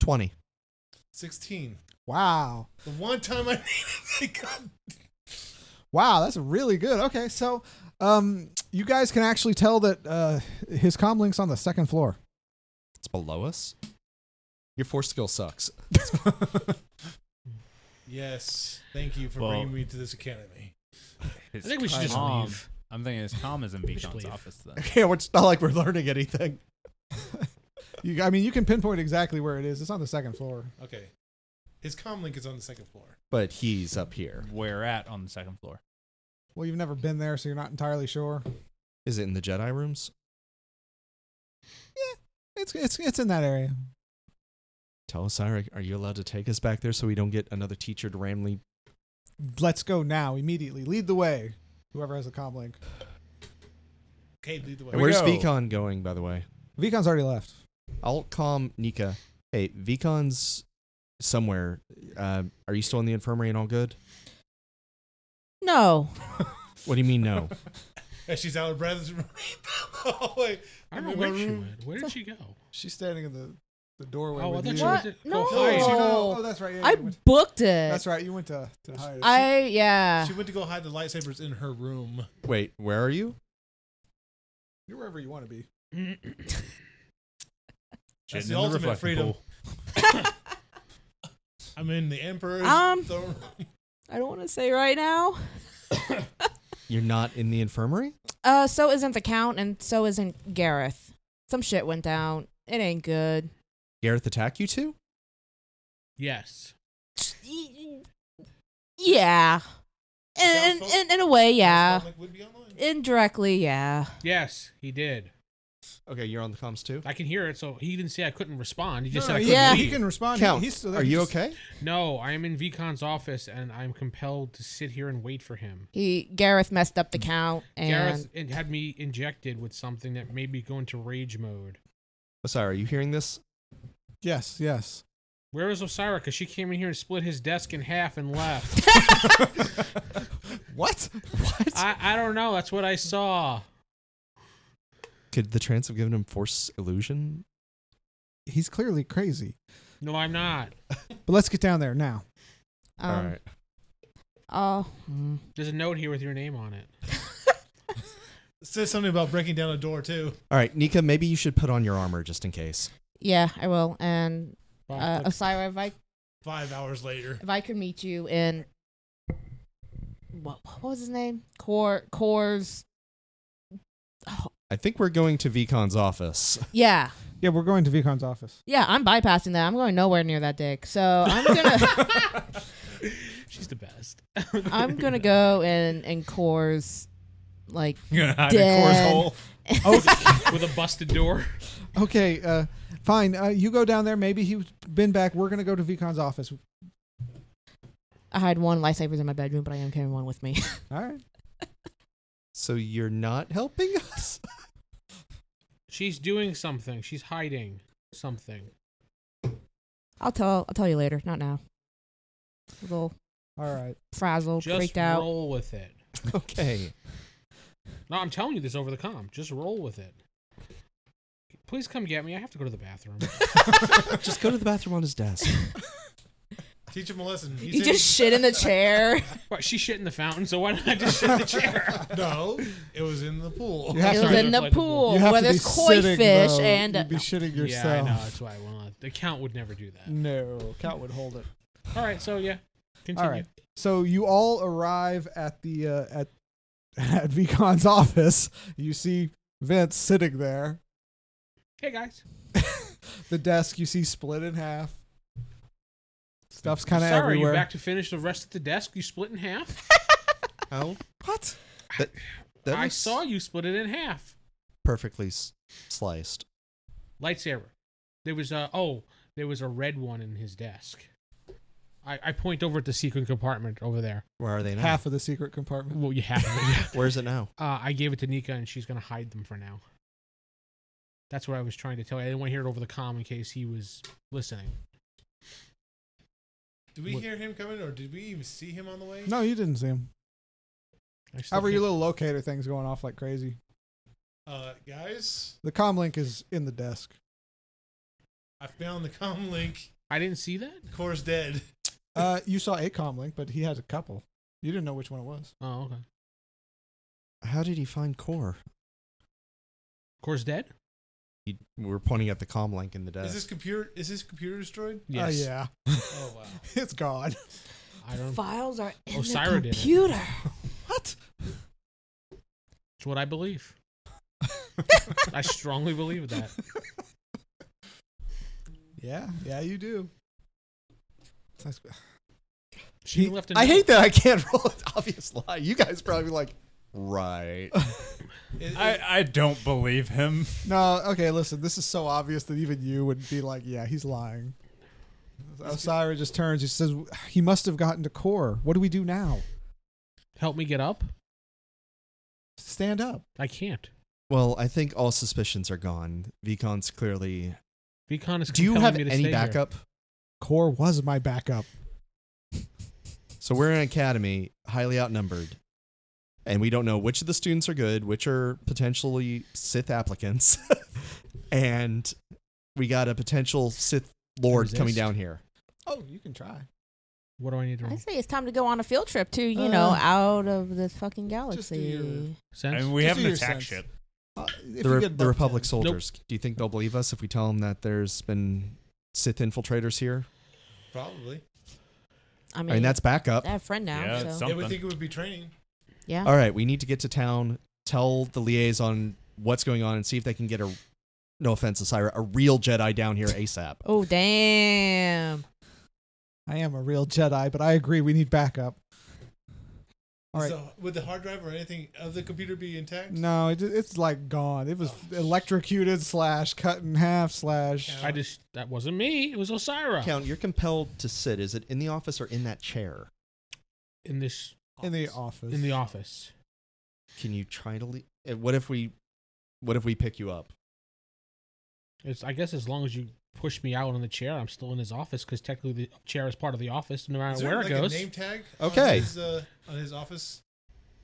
Twenty.
sixteen.
Wow.
The one time I *laughs* needed, they got
Wow, that's really good. Okay, so um, you guys can actually tell that uh, his comlink's on the second floor.
It's below us. Your force skill sucks.
Yes, thank you for
Well-
bringing me to this academy.
His
I think we should just
Tom-
leave.
I'm thinking his Tom is
*laughs*
in
We should
Vicon's
leave.
office then.
*laughs* yeah, it's not like we're learning anything.
You, I mean, you can pinpoint exactly where it is. It's on the second floor.
Okay, his comlink is on the second floor.
But he's up here.
Where at on the second floor? *laughs*
Well, you've never been there, so you're not entirely sure.
Is it in the Jedi rooms?
It's it's it's in that area.
Tell us, Ira, are you allowed to take us back there so we don't get another teacher to randomly?
Let's go now, immediately. Lead the way. Whoever has the comlink.
Okay, lead the way.
And where's
go.
Vicon going, by the way?
Vicon's already left.
I'll calm Nika. Hey, Vicon's somewhere. Uh, are you still in the infirmary and all good?
No.
What do you mean *laughs* no?
And *laughs* she's out of breath. oh, wait.
I don't know
Remember
where
my
she
room?
went. Where did she go?
She's standing in the, the doorway.
Oh, I
with
thought
you.
she
What?
went to
No.
go
Oh,
hide.
you go-
Oh.
oh, that's right. Yeah,
I
you went,
booked it.
that's right. You went to, to hide. it.
I yeah.
She went to go hide the lightsabers in her room.
Wait, where are you?
You're wherever you want to be.
That's
Shitting
the
in
ultimate
reflecting
freedom.
pool.
*laughs* I'm in the emperor's
Um.
throne *laughs* room.
I don't want to say right now.
You're not in the infirmary?
Uh, so isn't the count, and so isn't Gareth. Some shit went down. It ain't good.
Gareth attack you two?
Yes.
Yeah.
Gareth's
In,
phone-
in, in a way, yeah.
Like, would be online.
Indirectly, yeah.
Yes, he did.
Okay, you're on the comms too.
I can hear it, so he didn't say I couldn't respond. He just
No,
said I
no,
couldn't
he,
Yeah.
he
leave.
can respond. He-
Count,
he's still there.
are
He
you
just-
okay?
No, I am in Vicon's office, and I'm compelled to sit here and wait for him.
He Gareth messed up the count, and
Gareth and had me injected with something that made me go into rage mode.
Oh, sorry, are you hearing this?
Yes, yes.
Where is Osira? Because she came in here and split his desk in half and left.
What? *laughs* What?
I, I don't know. That's what I saw.
Could the trance have given him force illusion?
He's clearly crazy.
No, I'm not.
But let's get down there now.
Um,
All right.
Oh, mm.
There's a note here with your name on it.
It says something about breaking down a door too.
All right, Nika, maybe you should put on your armor just in case.
yeah, I will. And
Fuck,
uh,
look.
Osira, if I
Five hours later,
if I could meet you in what what was his name? Core Core's. Oh,
I think we're going to Vicon's office. *laughs*
yeah,
Yeah, we're going to Vicon's office.
yeah. I'm bypassing that. I'm going nowhere near that dick. So I'm gonna
*laughs* She's the best.
I'm gonna go in in Core's like
You're gonna hide in Core's
Dead.
hole.
*laughs* With a busted door.
Okay, uh, fine. Uh, you go down there. Maybe he's been back. We're going to go to Vicon's office.
I had one lifesavers in my bedroom, but I am carrying one with me. *laughs*
All right.
So you're not helping us? *laughs*
She's doing something. She's hiding something.
I'll tell I'll tell you later. Not now. A little
All right.
frazzled,
Just
freaked out. *laughs*
roll with it.
Okay.
No, I'm telling you this over the com. Just roll with it. Please come get me. I have to go to
*laughs*
the bathroom.
Just go to the bathroom on his desk.
teach him a lesson.
You just
*laughs*
shit in the chair.
what, she shit in the fountain, so why not I just
*laughs*
shit in the chair?
*laughs* no. It was in the pool.
You have
it
to
was
be,
in the
Like the pool.
pool
you have
where
to be
there's koi
sitting,
fish
though.
and
You'd be shitting
Yeah, I
yourself.
know. That's why I will not. The count would never do that.
No, Cat would hold it.
All right, so yeah. Continue.
All right. So you all arrive at the uh, at *laughs* at Vicon's office. You see Vince sitting there.
Hey, guys.
The desk you see split in half. Stuff's kind of
Sorry,
everywhere.
you back to finish the rest of the desk. You split in half.
*laughs* How? What? That, that
I
looks
saw you split it in half.
perfectly s- sliced.
lightsaber. There was a oh, there was a red one in his desk. I, I point over at the secret compartment over there.
Where are they now?
half of the secret compartment.
Well, you have
*laughs*
it.
Where is it now?
uh, I gave it to Nika, and she's gonna hide them for now. That's what I was trying to tell you. I didn't want to hear it over the comm in case he was listening.
Did we
What-
hear him coming, or did we even see him on the way?
No, you didn't see him.
I still
However, your
can't-
little locator thing's going off like crazy.
Uh, guys,
The comm link is in the desk.
I found the comm link.
I didn't see that.
Core's dead.
Uh, you saw a comm link, but he has a couple. You didn't know which one it
*laughs*
was.
Oh, okay.
How did he find Core?
Core's dead.
Oh, He, we were pointing at the comm link in the
Is
desk.
this computer? Is this computer destroyed?
Oh yeah,
Oh wow.
*laughs* it's gone.
I don't.
files are in
Osira did
the
it.
computer.
What?
It's what I believe. *laughs* I strongly believe that.
*laughs* Yeah, yeah, you do. That's-
She
He-
left. A
I
note.
hate that I can't *laughs* roll an obvious lie. You guys probably like,
*laughs*
right.
It-
I,
it-
I don't believe him.
No, okay, listen, this is so obvious that even you would be like, yeah, he's lying. Osira just turns. He says, he must have gotten to core. What do we do now?
Help me get up.
Stand up.
I can't.
Well, I think all suspicions are gone. Vicon's clearly.
Vicon is.
Do you
compelling
have
me to
any
stay here.
backup?
Core was my backup.
So we're in an academy, highly outnumbered, and we don't know which of the students are good, which are potentially Sith applicants, *laughs* and we got a potential Sith Lord coming
Resist.
down here.
Oh, you can try.
What do I need to
I
roll?
say it's time to go on a field trip to, you know,
Uh,
out of this fucking
do your-
galaxy.
Sense?
And we
Just
have
do
an
your
attack
sense.
ship.
Uh, if
The,
you
Re-
get
the
above
Republic
10.
soldiers. Do you think they'll believe us if we tell them that there's been Sith infiltrators here?
probably.
I mean,
I mean, that's backup.
I have a friend now.
Yeah,
so.
it's
They
something.
would think it would be training.
yeah.
All right, we need to get to town, tell the liaison what's going on, and see if they can get a, no offense, Asira, a real Jedi down here ASAP.
*laughs*
Oh, damn.
I am a real Jedi, but I agree we need backup. All right.
So would the hard drive or anything of the computer be intact?
No, it, it's like gone. It was electrocuted slash cut in half slash.
Yeah.
I just that wasn't me. It was Osira
*laughs* Count, you're compelled to sit. Is it in the office or in that chair?
in this
In the office.
in the office.
Can you try to leave? What if we, what if we pick you up?
It's I guess as long as you push me out on the chair, I'm still in his office because technically the chair is part of the office, no
Is
matter
there
where
like
it
a
goes.
name tag?
Okay.
On his, uh, on his office.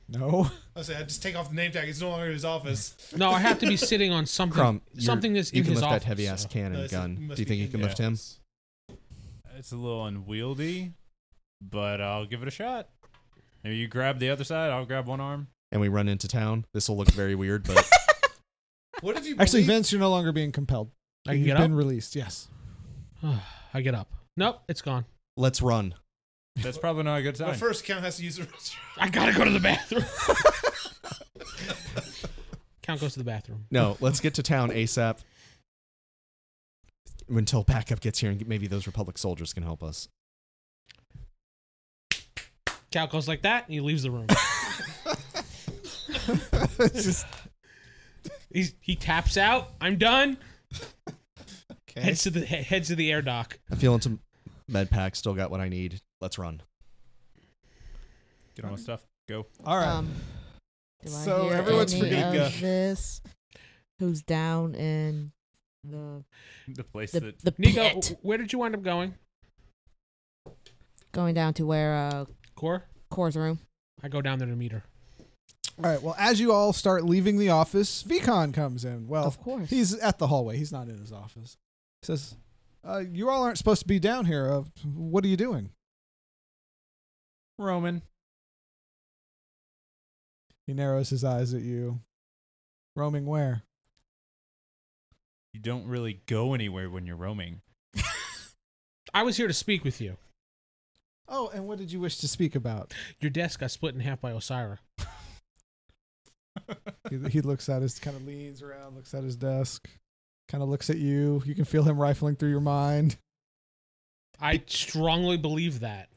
No.
I said, I just take off the name tag. It's no longer in his office.
No, I have to be sitting on something.
Crump, you're-
something that's
you
in
can
his
lift
office.
that heavy ass
No,
cannon
Uh, it's- it
gun.
must
Do you
be
think you
in
can
the
lift him?
office.
It's a little unwieldy, but I'll give it a shot. Maybe you grab the other side. I'll grab one arm.
And we run into town. This will look very weird,
*laughs*
but
What if you
Actually,
believe-
Vince, you're no longer being compelled.
I can
You've
get
been
up.
released. Yes. *laughs*
I get up. Nope, it's gone.
let's run.
That's probably not a good
But
sign.
first, Count has to use the restroom.
I gotta go to the bathroom. *laughs* Count goes to the bathroom.
No, let's get to town ASAP. Until backup gets here, and maybe those Republic soldiers can help us.
Count goes like that, and he leaves the room.
It's just-
He's, he taps out. I'm done.
Okay.
Heads to the he- heads to the air dock.
I'm feeling some med pack. Still got what I need. Let's run.
Get all my stuff. Go. *laughs*
All right.
Um, do
So
I hear
everyone's
any
forgetting,
of
uh,
this? Who's down in the
The place
the,
that
the
Nico,
pit?
w- where did you wind up going?
Going down to where uh
Core.
Core's room.
I go down there to meet her.
All right. Well, as you all start leaving the office, Vicon comes in. Well,
of course.
he's at the hallway. He's not in his office. He says, uh, "You all aren't supposed to be down here. Uh, what are you doing?"
Roman.
He narrows his eyes at you. Roaming where?
You don't really go anywhere when
*laughs*
you're roaming.
I was here to speak with you.
Oh, and what did you wish to speak about?
Your desk got split in half by Osira.
He, he looks at his, kind of leans around, looks at his desk, kind of looks at you. You can feel him rifling through your mind.
I strongly believe that.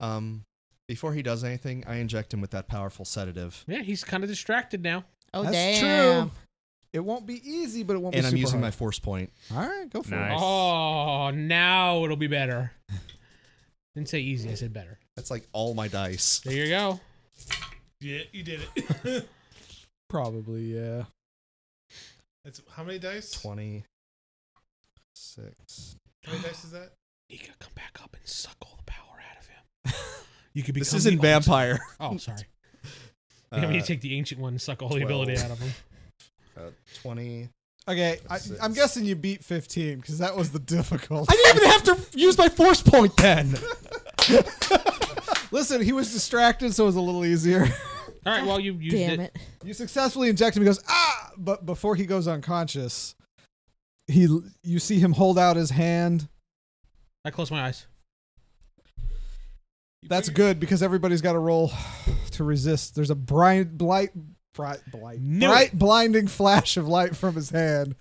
Um, before he does anything, I inject him with that powerful sedative,
Yeah, he's kind of distracted now.
oh
That's
damn.
true. It won't be easy, but it won't
and
be
I'm
super
using my
hard.
force point.
All right, go for
Nice.
it.
Oh, now it'll be better. Didn't say easy. I said better.
That's like all my dice.
There you go.
Yeah, you did it.
Probably, yeah.
That's how many dice?
Twenty six.
How many dice is that?
Nika, come back up and suck all the power out of him.
*laughs*
You could become.
This isn't
the old-
vampire.
Oh, sorry. I mean, you
Uh,
take the ancient one and suck all the ability
12.
out of him.
uh, Twenty.
Okay, I, I'm
Six.
guessing you beat 15 because that was the difficult.
I didn't even have to use my force point then.
*laughs* Listen, he was distracted, so it was a little
*laughs*
easier.
All right. Well, you used
Damn
it.
it.
You successfully inject him. He goes ah, but before he goes unconscious, he you see him hold out his hand.
I close my eyes.
You
That's
figure-
good because everybody's got a roll to resist. There's a bright, blight, bright, blight,
Knew
bright, blinding flash of light from his hand.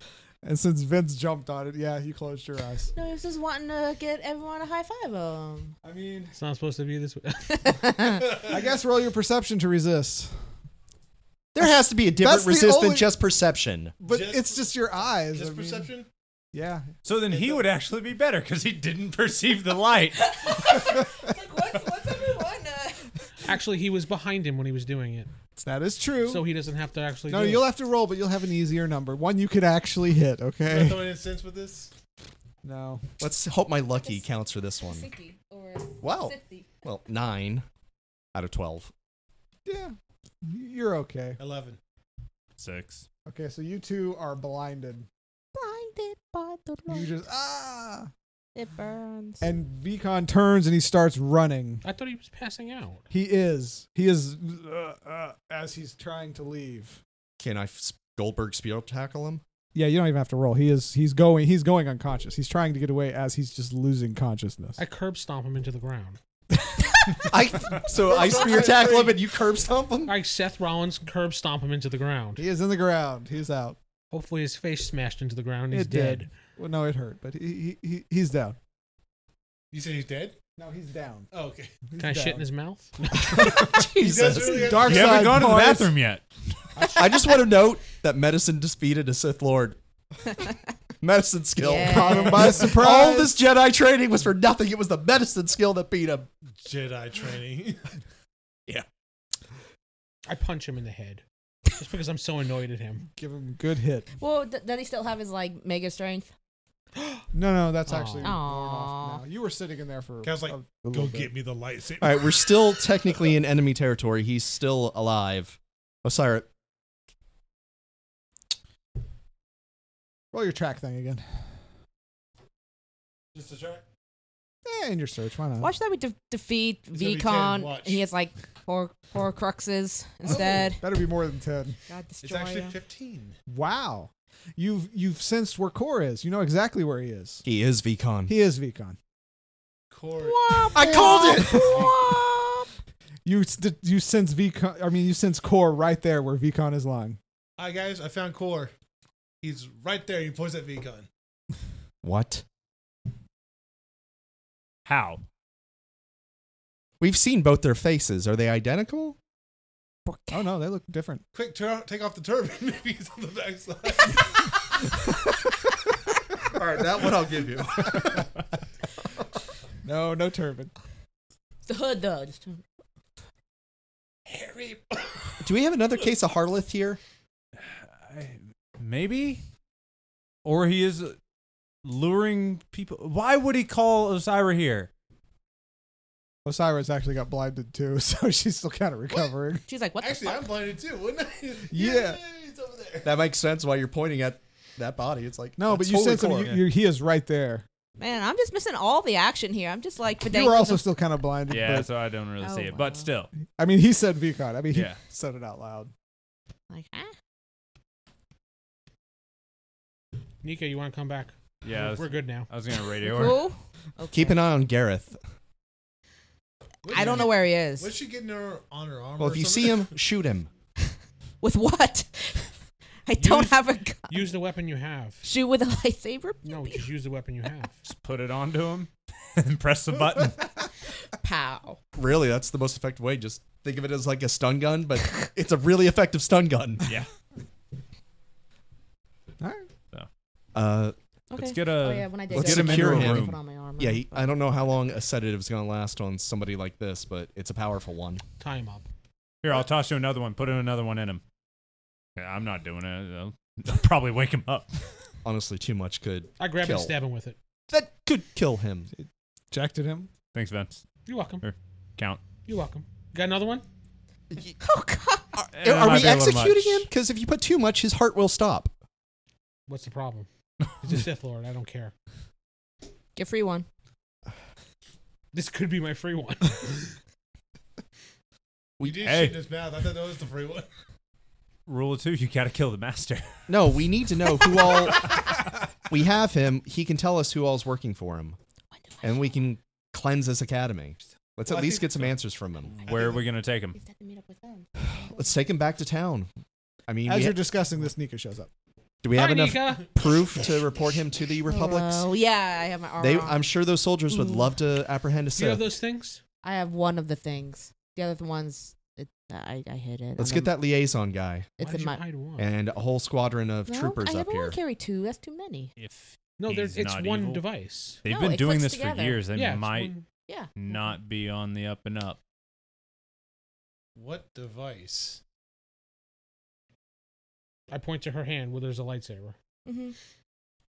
And since Vince jumped on it, yeah, you closed your eyes.
No, he was just wanting to get everyone a high five um. of him.
I mean,
It's not supposed to be this way. *laughs*
I guess roll your perception to resist,
There has to be a different
That's the
resist than
only-
just perception.
but
Just-
it's just your eyes. I
Just
mean,
perception?
Yeah,
So then he would actually be better because he didn't *laughs* perceive
*laughs*
the light.
like, what's, what's everyone? Uh,
actually, he was behind him when he was doing it,
that is true.
so he doesn't have to actually.
no,
do
you'll
it.
have to roll, but you'll have an easier number, one you could actually hit.
Am I
Okay.
throwing in cents with this?
No.
Let's hope my lucky counts for this one.
or
Wow. Well, nine out of twelve.
Yeah. You're okay.
11.
Six.
Okay, so you two are blinded.
Blinded by the
You
light,
just ah.
it burns.
And Vicon turns and he starts running.
I thought he was passing out.
He is. He is uh, uh, as he's trying to leave.
Can I f- Goldberg spear tackle him?
Yeah, you don't even have to roll. He is. He's going. He's going unconscious. He's trying to get away as he's just losing consciousness.
I curb stomp him into the ground.
*laughs* I so I spear tackle him and you curb stomp *laughs* him.
Like Seth Rollins curb stomp him into the ground.
He is in the ground. He's out.
Hopefully, his face smashed into the ground. and He's
It did.
dead.
Well, no, it hurt, but he, he, he he's down.
You said he's dead?
No, he's down.
Oh, okay.
*laughs* He's
Can I shit
down.
in his mouth?
He does
Jesus.
really have-
Dark
You haven't
side
gone to the
boys.
bathroom yet.
I just want to note that medicine defeated a Sith Lord. medicine skill.
Yeah.
Caught him by surprise.
All this Jedi training was for nothing. It was the medicine skill that beat him.
Jedi training.
I punch him in the head just because I'm so annoyed at him.
Give him a good hit.
Well, d- does he still have his like mega strength?
No, no, that's
Aw.
actually worn
Aw.
off now. You were sitting in there for.
Cal's like,
a- a
Go
little bit.
get me the lightsaber.
All right, we're still technically in enemy territory. He's still alive. Osiris,
Roll your track thing again.
Just a track.
Eh, in your search, why not? *laughs*
Watch that we de- defeat
It's gonna be
Vcon.
10, watch.
and He has like four four cruxes instead.
Better be more than ten.
God
It's
destroy
actually
ya.
15.
Wow, you've you've sensed where Core is. You know exactly where he is.
he is Vicon.
He is Vicon.
Core.
Womp,
I called it!
womp, womp.
*laughs* You s- did- you sense Vicon. I mean, you sense Core right there where Vicon is lying.
Hi, guys. I found Core. He's right there. He points at Vcon.
what?
How?
We've seen both their faces. Are they identical?
Oh no, they look different.
Quick, turn out, take off the turban. *laughs* if he's on the backside.
All right, that one I'll give you.
No, no turban.
The hood though. Just
Harry.
Do we have another case of Harleth here?
Maybe? Or he is luring people. Why would he call Osira here?
Osiris actually got blinded too, *laughs* so she's still kind of recovering.
She's like, what
Actually,
the
I'm
fuck?
blinded too, wouldn't I?
Yeah.
He's over there.
That makes sense why you're pointing at that body. It's like
No,
that's
but you
totally
sense him.
Korra.
You, you, he is right there.
Man, I'm just missing all the action here. I'm just like,
You were also still kind of blinded.
Yeah,
But,
so I don't really see
Oh,
it.
wow.
But *laughs* still.
I mean, he said Vicon. I mean, he
Yeah.
said it out loud.
like, ah.
Nika, you want to come back?
Yeah, I was,
we're good now.
I was *laughs* going to radio her.
Cool. Okay.
Keep an eye on Gareth.
I don't know where he is.
What's she getting her on her arm?
Well,
or
if you
something?
see him, shoot him.
with what? *laughs* I don't
Use-
have a gun.
Use the weapon you have.
Shoot with a lightsaber.
No, just use the weapon you have.
Just put it onto him *laughs* and press the *laughs* button.
Pow.
Really, that's the most effective way. Just think of it as like a stun gun,
*laughs*
but it's a really effective stun gun.
yeah.
All right.
Uh,
Okay.
Let's get a.
oh yeah, when I did
let's
go-
get him into
secure
a
I
room.
put on my armor.
yeah, he, I don't know how long a sedative's gonna last on somebody like this, but it's a powerful one.
Tie him up.
Here, I'll toss you another one. Put another one in him. Yeah, I'm not doing it. I'll, *laughs* I'll probably wake him up.
Honestly, too much could
I grab him
Kill.
and stab him with it.
that could kill him.
Ejected him.
Thanks, Vince.
You're welcome.
Count.
You're welcome. Got another one?
*laughs* Oh god.
Eh,
Are
might
we
be a little
executing
much.
him? Because if you put too much, his heart will stop.
What's the problem?
*laughs*
It's a Sith Lord. I don't care.
Get free one.
This could be my free one.
You did
*laughs* Hey.
shoot in his mouth. I thought that was the free one.
Rule of two, you gotta kill the master. *laughs*
No, we need to know who
*laughs*
all. we have him. He can tell us who all's working for him,
What do I
and we
shoot?
can cleanse this academy. Let's
Well,
at
I
least
think-
get some answers from him.
Where are we gonna take him?
He's had to meet up with them.
Let's take him back to town. I mean,
As
we
you're
ha-
discussing this, Nika shows up.
do we have
Hi,
enough
Nika.
proof to report him to the republics?
Oh yeah, I have my armor.
They,
on.
I'm sure those soldiers would
Ooh.
love to apprehend a
Do you have
Sith.
those things?
I have one of the things. The other ones, it, I I hid it.
Let's
I'm
get that liaison guy
It's
Why
in
did
my.
you hide one?
and a whole squadron of
no,
troopers
I
up
can only
here.
carry two. That's too many.
If
no, there's
he's
it's
not
one
evil.
device.
they've
No,
been
it
doing
clicks
this for
together.
years, they
yeah, it's
might
one-
Yeah.
not be on the up and up.
What device?
I point to her hand where there's a lightsaber.
Mhm.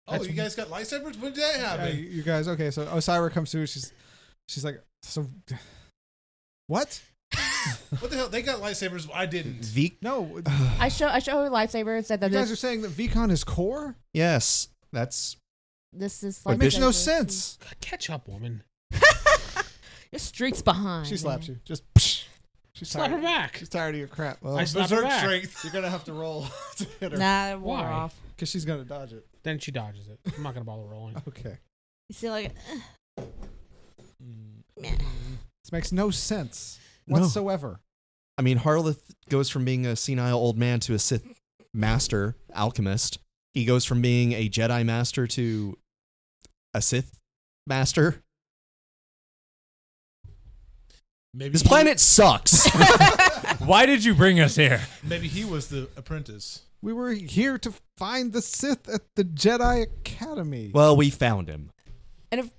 Oh,
That's-
you guys got lightsabers? When did that
Yeah,
happen?
you you guys, okay? So Osira comes through. She's, she's like, so, what?
What the hell? They got lightsabers. I didn't.
Vic-
No,
I show I show her lightsaber and said that
you guys
this,
are saying that Vicon is Core?
yes, that's
this is
But
It
like
makes no
lightsaber.
sense.
God, catch up, woman.
Your streak's behind.
She slaps
man.
you. Just. She's
Slap her
tired.
back.
She's tired of your crap. Well,
I slap her
Oh, Berserk
back.
strength.
you're gonna have to roll *laughs* to hit her
Nah, it wore
Why?
off.
because she's gonna dodge it.
Then she dodges it. I'm not gonna bother rolling.
*laughs*
Okay.
You see, like, *sighs*
This makes no sense
No.
whatsoever.
I mean, Harleth goes from being a senile old man to a Sith master, alchemist. He goes from being a Jedi master to a Sith master.
Maybe
This
he-
planet
*laughs*
sucks.
Why did you bring us here?
Maybe he was the apprentice.
We were here to find the Sith at the Jedi Academy.
well, we found him.
and if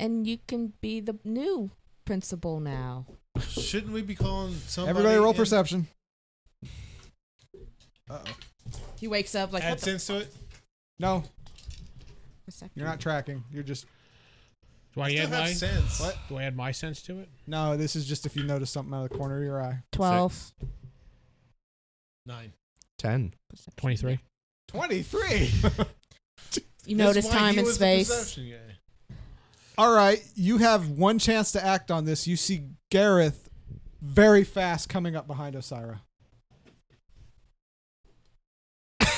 and you can be the new principal now.
Shouldn't we be calling somebody?
Everybody roll
and
perception. Uh-oh.
He wakes up like,
Add
what the
sense to it.
No.
Perception.
You're not tracking. You're just
Do I
I
add
still have
my
sense.
What?
Do I add my sense to it?
no. This is just if you notice something out of the corner of your eye.
twelve.
Nine.
Ten.
Perception.
Twenty three.
Twenty three.
You
That's
notice
why
time
he
and
was the
space.
perception guy.
*laughs* All right, you have one chance to act on this. You see Gareth very fast coming up behind Osira.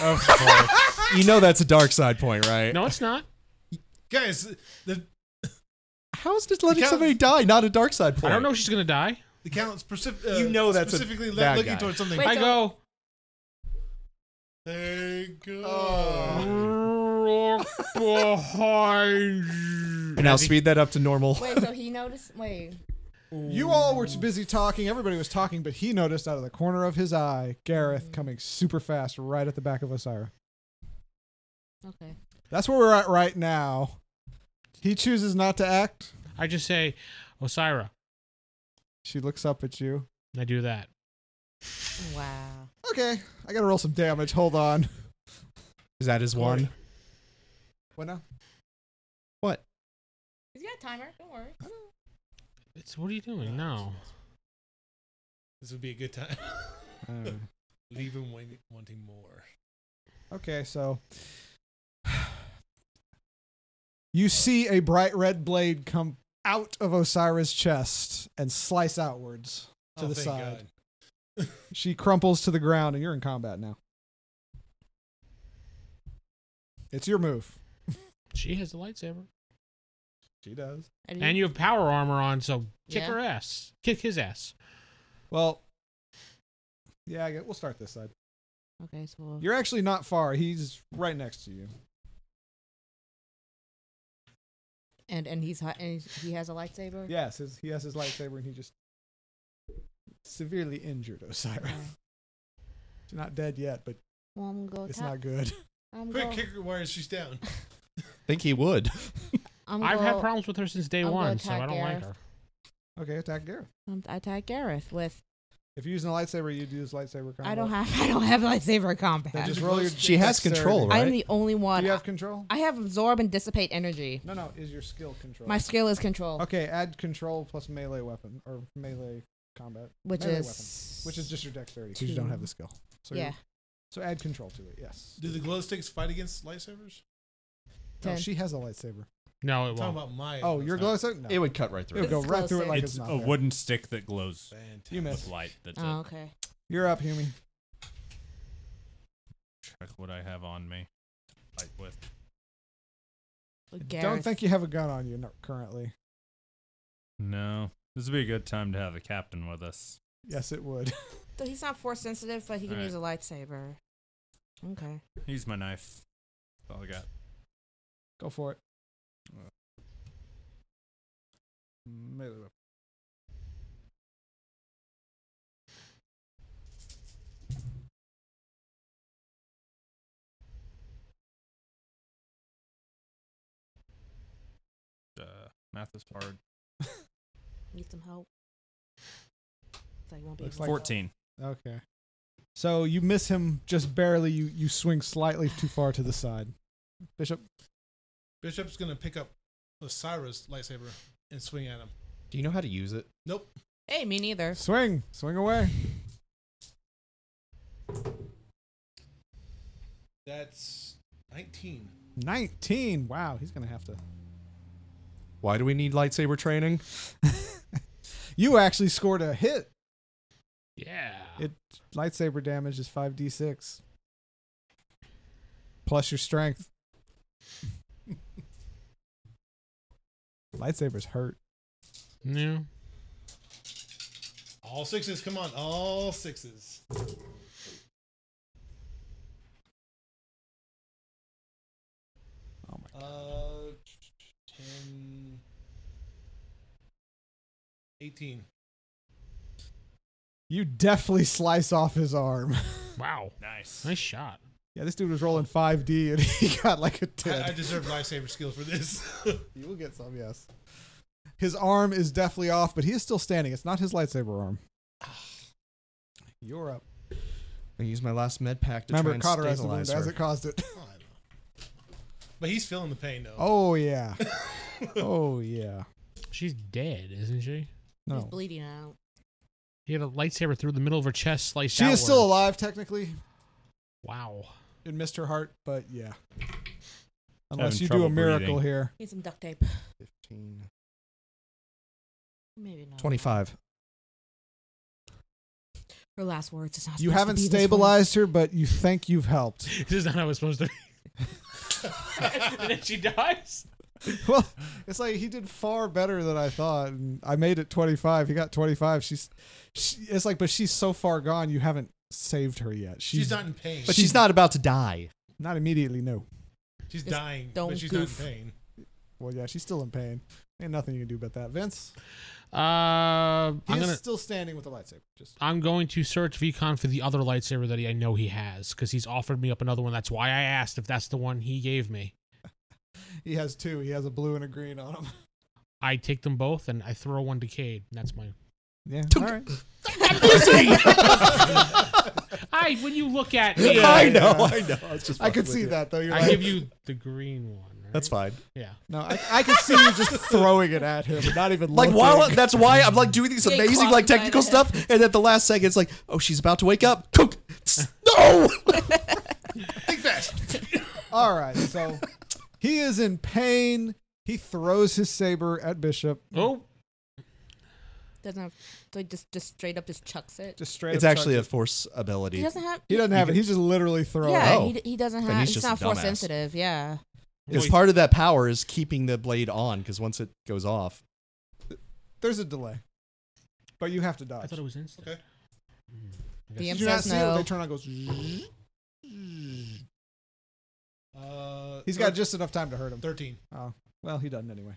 Of course.
You know that's a dark side point, right?
No, it's
*laughs*
not.
Guys, the,
How is just letting
Yeah.
somebody die not a dark side point?
I don't know if she's gonna die.
the count's specific, uh,
You know that's a
specifically
bad
looking
guy.
towards something.
Wait.
I go.
Hey, God.
Oh.
Look
*laughs*
behind you.
And I'll speed that up to normal.
Wait, so he noticed? Wait.
You all were too busy talking. Everybody was talking, but he noticed out of the corner of his eye Gareth coming super fast right at the back of Osira.
Okay.
That's where we're at right now. He chooses not to act.
I just say, Osira.
She looks up at you.
And I do that.
Wow.
Okay, I gotta roll some damage. Hold on.
Is that his one?
What now?
He's got a timer. Don't worry.
It's what are you doing? No.
This would be a good time. *laughs*
Uh,
Leave him wan- wanting more.
Okay, so you see a bright red blade come out of Osira's chest and slice outwards. To
oh,
the
thank
side.
God.
She crumples to the ground, and you're in combat now. It's your move.
She has the lightsaber.
She does.
I do-
And you have power armor on, so kick
Yeah.
her ass. Kick his ass.
Well, yeah, I get, we'll start this side.
Okay, so
You're actually not far. He's right next to you.
and and he's hot and he's- he has a lightsaber.
Yes, his, he has his lightsaber, and he just severely injured Osira.
Okay.
She's not dead yet, but
Well, I'm gonna go.
it's
attack-
not
*laughs*
good.
I'm
Quick,
go-
kick her while she's down.
Think he would.
I'm
I've
go,
had problems with her since day
I'll go
one, so I
attack
don't like
Gareth.
her.
Okay, attack Gareth.
Um, I attack Gareth with.
If you're using a lightsaber, you do this lightsaber combo.
I don't have. *laughs* I don't have lightsaber combat.
Then just roll your.
She has
dexterity.
control, right?
I'm the only one.
Do you have control?
I have absorb and dissipate energy.
No, no. Is your skill control?
My skill is control,
Okay, add control plus melee weapon or melee combat,
which
melee
is
weapon, which is just your dexterity because you don't have the skill. So
yeah.
you're- So add control to it. Yes.
Do the glow sticks fight against lightsabers?
No,
Ten.
oh, she has a lightsaber.
No, it
Talking
won't.
about my.
Oh, your glow sight? No. It would,
would cut right
go
It's
right through it *laughs*
closer.
like it's,
it's
not.
a
there.
wooden stick that glows
Fantastic.
You missed.
with light. That's
Oh,
it.
okay.
You're up, Humi.
Check what I have on me. Fight with.
Gareth.
Don't think you have a gun on you no, currently.
No. This would be a good time to have the captain with us.
Yes, it would. *laughs*
So he's not force sensitive, but he can
Alright.
use a lightsaber. Okay.
Use my knife. That's all I got.
go for it.
Melee weapon. Uh, math is hard.
Need some help. So he won't be
Looks
able
like-
to-
14.
Okay. So you miss him just barely. You you swing slightly too far to the side. Bishop.
Bishop's gonna pick up Osiris' lightsaber and swing at him.
Do you know how to use it?
Nope.
Hey, me neither.
Swing, swing away.
That's 19.
19. Wow, he's going to have to.
Why do we need lightsaber training?
You actually scored a hit.
Yeah.
It lightsaber damage is 5d6 plus your strength. *laughs* Lightsabers hurt.
no.
All sixes, come on, all sixes.
Oh my
Uh, 10, 18.
You definitely slice off his arm.
Wow.
Nice.
Nice shot.
Yeah, this dude was rolling 5d and *laughs* he got like a 10.
I, I deserve lightsaber skill for this. *laughs*
you will get some, yes. His arm is definitely off, but he is still standing. It's not his lightsaber arm. You're up.
I use my last med pack to
Remember,
try and
cauterize the wound
stabilize
as
her.
it caused it.
But he's feeling the pain though.
*laughs* Oh yeah. oh yeah.
She's dead, isn't she?
He's
No.
bleeding out.
He had a lightsaber through the middle of her chest, sliced
She is still
outward.
alive technically
Wow. *laughs*
in Mr. Heart, but yeah.
Having
Unless you do
trouble
a miracle
breathing.
here.
Need some duct tape.
15,
Maybe not.
25.
Her last words. It's not
You
supposed to
haven't
be this way.
stabilized her, but you think you've helped.
This is not how it's supposed to be. *laughs* and then she dies.
*laughs* well, it's like he did far better than I thought. And I made it 25. He got 25. She's, she, it's like, but she's so far gone. You haven't saved her yet. She's,
she's, not in pain.
But she's not about to die.
not immediately. No.
she's
Just
dying,
don't
but she's
goof.
not in pain.
Well, yeah, she's still in pain. Ain't nothing you can do about that. Vince,
Uh, I'm
he is
gonna.
still standing with the lightsaber. Just
I'm going to search Vicon for the other lightsaber that he, I know he has because he's offered me up another one. That's why I asked if that's the one he gave me.
he has two. He has a blue and a green on him. *laughs*
I take them both and I throw one to Cade. and That's my.
Yeah. All right.
I when you
*laughs*
look at me,
Yeah.
I,
I know, *laughs* I know. I, was
*laughs*
just
I could
fucking
see
with you.
that though. You're
give you the green one. Right?
That's fine.
Yeah.
no. I, I could see you just throwing it at him, not even
Like
looking.
while that's why I'm like doing these
Yeah, he
amazing
clocked
like
by the
technical
head.
stuff, and at the last second it's like, oh, she's about to wake up.
*laughs*
Cook. No.
Think fast.
All right, so he is in pain. He throws his saber at Bishop.
Oh,
Doesn't have. So he just just straight up just chucks it.
Just straight.
It's
up
actually a
chucks
force
He
ability.
doesn't have.
it. He doesn't have it. He's just literally throwing.
yeah,
Oh.
he, he doesn't
Then
have.
he's
He's,
just a
not force
dumbass.
sensitive. Yeah.
It's part of that power is keeping the blade on because once it goes off,
There's a delay, but you have to
I
dodge.
thought it was instant.
Okay.
Mm, I
The
guess-
Did
imp
you not
says
see it?
no.
They turn on. Goes.
Uh,
He's got just enough time to hurt him.
thirteen.
Oh, well, he doesn't anyway.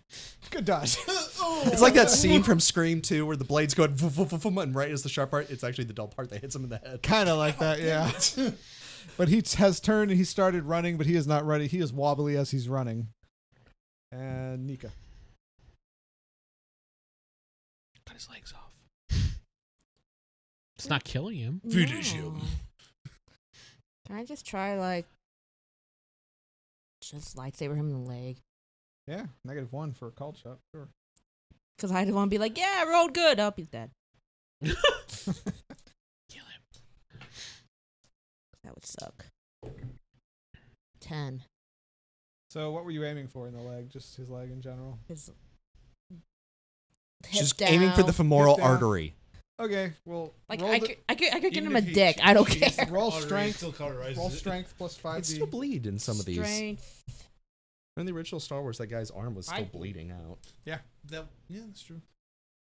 Good dodge. *laughs*
it's like that scene from Scream 2 where the blade's going vroom, vroom, vroom, vroom, and right as the sharp part, it's actually the dull part that hits him in the head.
kind of like that,
*laughs*
yeah. but he t- has turned and he started running, but he is not ready. He is wobbly as he's running. And Nika.
Cut his legs off. It's not killing him.
Finish him. Can I just try like just lightsaber him in the leg?
Yeah, negative one for a call shot. Sure.
Cause I don't want to be like, yeah, I rolled good. Up, he's dead.
Kill him.
That would suck. Ten.
So, what were you aiming for in the leg? Just his leg in general?
His hip
She's aiming for the
down.
femoral
Hip down.
artery.
Okay, well,
like.
roll,
I
the-
could, I could, I could get
Even
him a
if he-
dick. I
*laughs*
don't
he
*laughs*
just
care.
roll
Artery
strength.
still cauterizes *laughs*
Roll
it.
strength plus
It's still
5d.
bleed in some of these.
Strength.
In the original Star Wars, that guy's arm was still
I-
bleeding out.
That, yeah, that's true.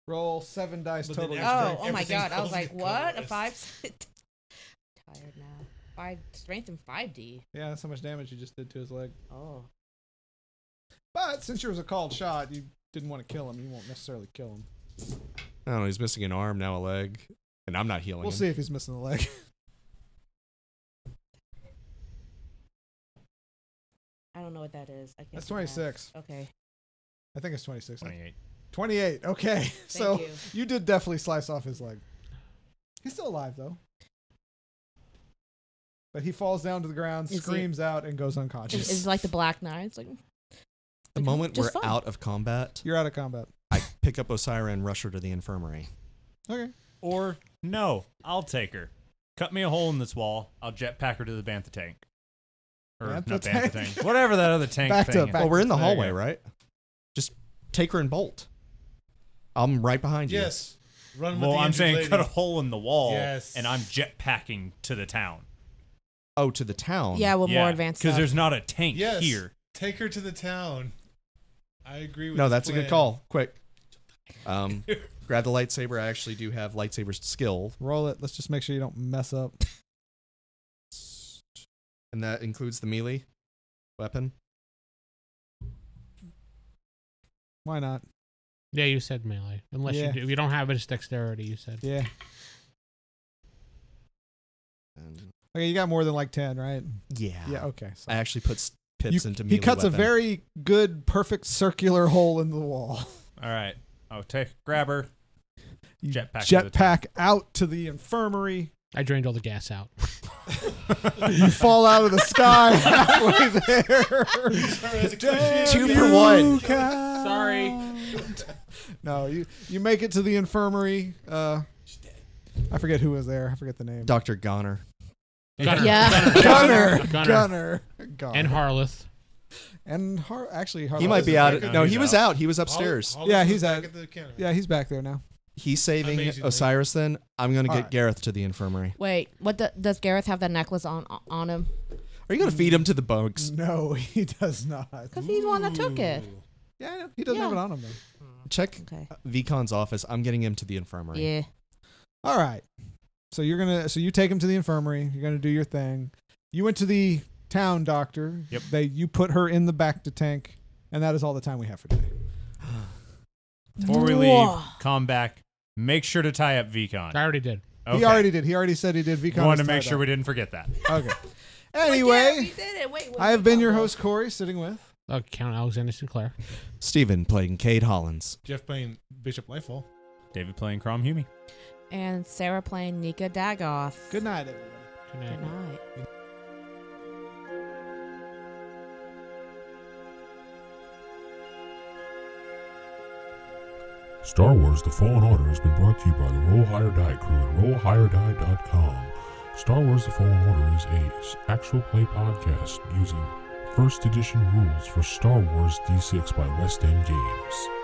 Roll seven dice
But then
total.
it
your
has
Oh,
strength,
oh my
everything
god! I was
else is
like, what? A
colorized.
five? *laughs* Tired now. Five strength and five D.
Yeah, that's how much damage you just did to his leg.
Oh.
But since yours was a called shot, you didn't want to kill him. You won't necessarily kill him.
I don't know. He's missing an arm, now a leg. And I'm not healing
We'll
him.
see if he's missing the leg. *laughs*
I don't know what that is. I can't
That's
do math.
26.
Okay.
I think it's 26.
28.
28. Okay. *laughs* so
you.
did definitely slice off his leg. He's still alive, though. But he falls down to the ground,
Is he-
screams out, and goes unconscious.
Is, is it like the black knight. It's like
The moment we're
Just fine.
out of combat,
You're out of combat.
I pick up Osira and rush her to the infirmary.
Okay.
Or no, I'll take her. Cut me a hole in this wall. I'll jetpack her to the bantha tank. Or
Bantha
not
tank?
bantha tank. Whatever that other tank
Back to-
thing. is.
back-
Well, we're in the
There you
hallway,
go.
right? Just take her and bolt. I'm right behind you.
Yes. Run with
Well,
the
I'm
injured
saying
lady.
cut a hole in the wall,
Yes.
and I'm jetpacking to the town.
Oh, to the town.
yeah, with
Yeah,
more advanced
because
stuff.
there's not a tank
Yes.
here.
Take her to the town. I agree with
No,
this
that's a good
plan.
call. *laughs* Quick. Um, grab the lightsaber. I actually do have lightsaber skill,
Roll it. Let's just make sure you don't mess up.
and that includes the melee weapon.
Why not?
Yeah, you said melee. Unless
Yeah.
you do, you don't have it as dexterity. You said.
Yeah.
And
Okay, you got more than like 10, right?
yeah.
Yeah, okay. So
I actually put s-
You-
pips into melee.
he cuts
weapon.
a very good, perfect circular hole in the wall.
All right. I'll take grab her.
You
Jetpack to the
jetpack out to the infirmary.
I drained all the gas out.
you fall out of the
*laughs*
sky halfway there.
Two for one.
Sorry.
No, you you make it to the infirmary. Uh, I forget who was there. I forget the name.
Dr. Goner.
Gunner.
Yeah.
Gunner.
Gunner.
Gunner. Gunner.
And Harleth.
And Har- actually, Har-
He might be out.
No,
No,
he's
he was out. He was upstairs.
Yeah, he's at-
the counter.
Yeah, he's back there now.
He's saving
Amazingly.
Osiris then. I'm going to get
Alright.
Gareth to the infirmary.
Wait, what the, does Gareth have that necklace on on him?
Are you going to feed him to the bugs?
No, *laughs* he does not.
Because he's the one that took it.
Yeah, I know. he doesn't have it
Yeah.
on him though.
Check
Okay.
Vicon's office. I'm getting him to the infirmary.
Yeah.
All right. So you're gonna. So you take him to the infirmary. You're gonna do your thing. You went to the town doctor.
Yep.
They you put her in the back to tank, and that is all the time we have for today.
Before we leave,
Whoa.
come back. Make sure to tie up Vicon.
I already did.
Okay.
He already did. He already said he did. Vicon.
Wanted to make sure we didn't forget that.
Okay.
*laughs* Yeah, we
Anyway,
did it. Wait, wait,
I have
wait,
been
wait,
your
wait.
host Corey, sitting with.
Oh, Count Alexander Sinclair.
Stephen playing Cade Hollins.
Jeff playing Bishop Lightfall.
David playing Crom Humey.
And Sarah playing Nika Dagoth.
Good night, everyone.
Good night.
Good night.
Star Wars The Fallen Order has been brought to you by the Roll Higher Die crew at rollhigherdie.com. Star Wars The Fallen Order is a s- actual play podcast using first edition rules for Star Wars D6 by West End Games.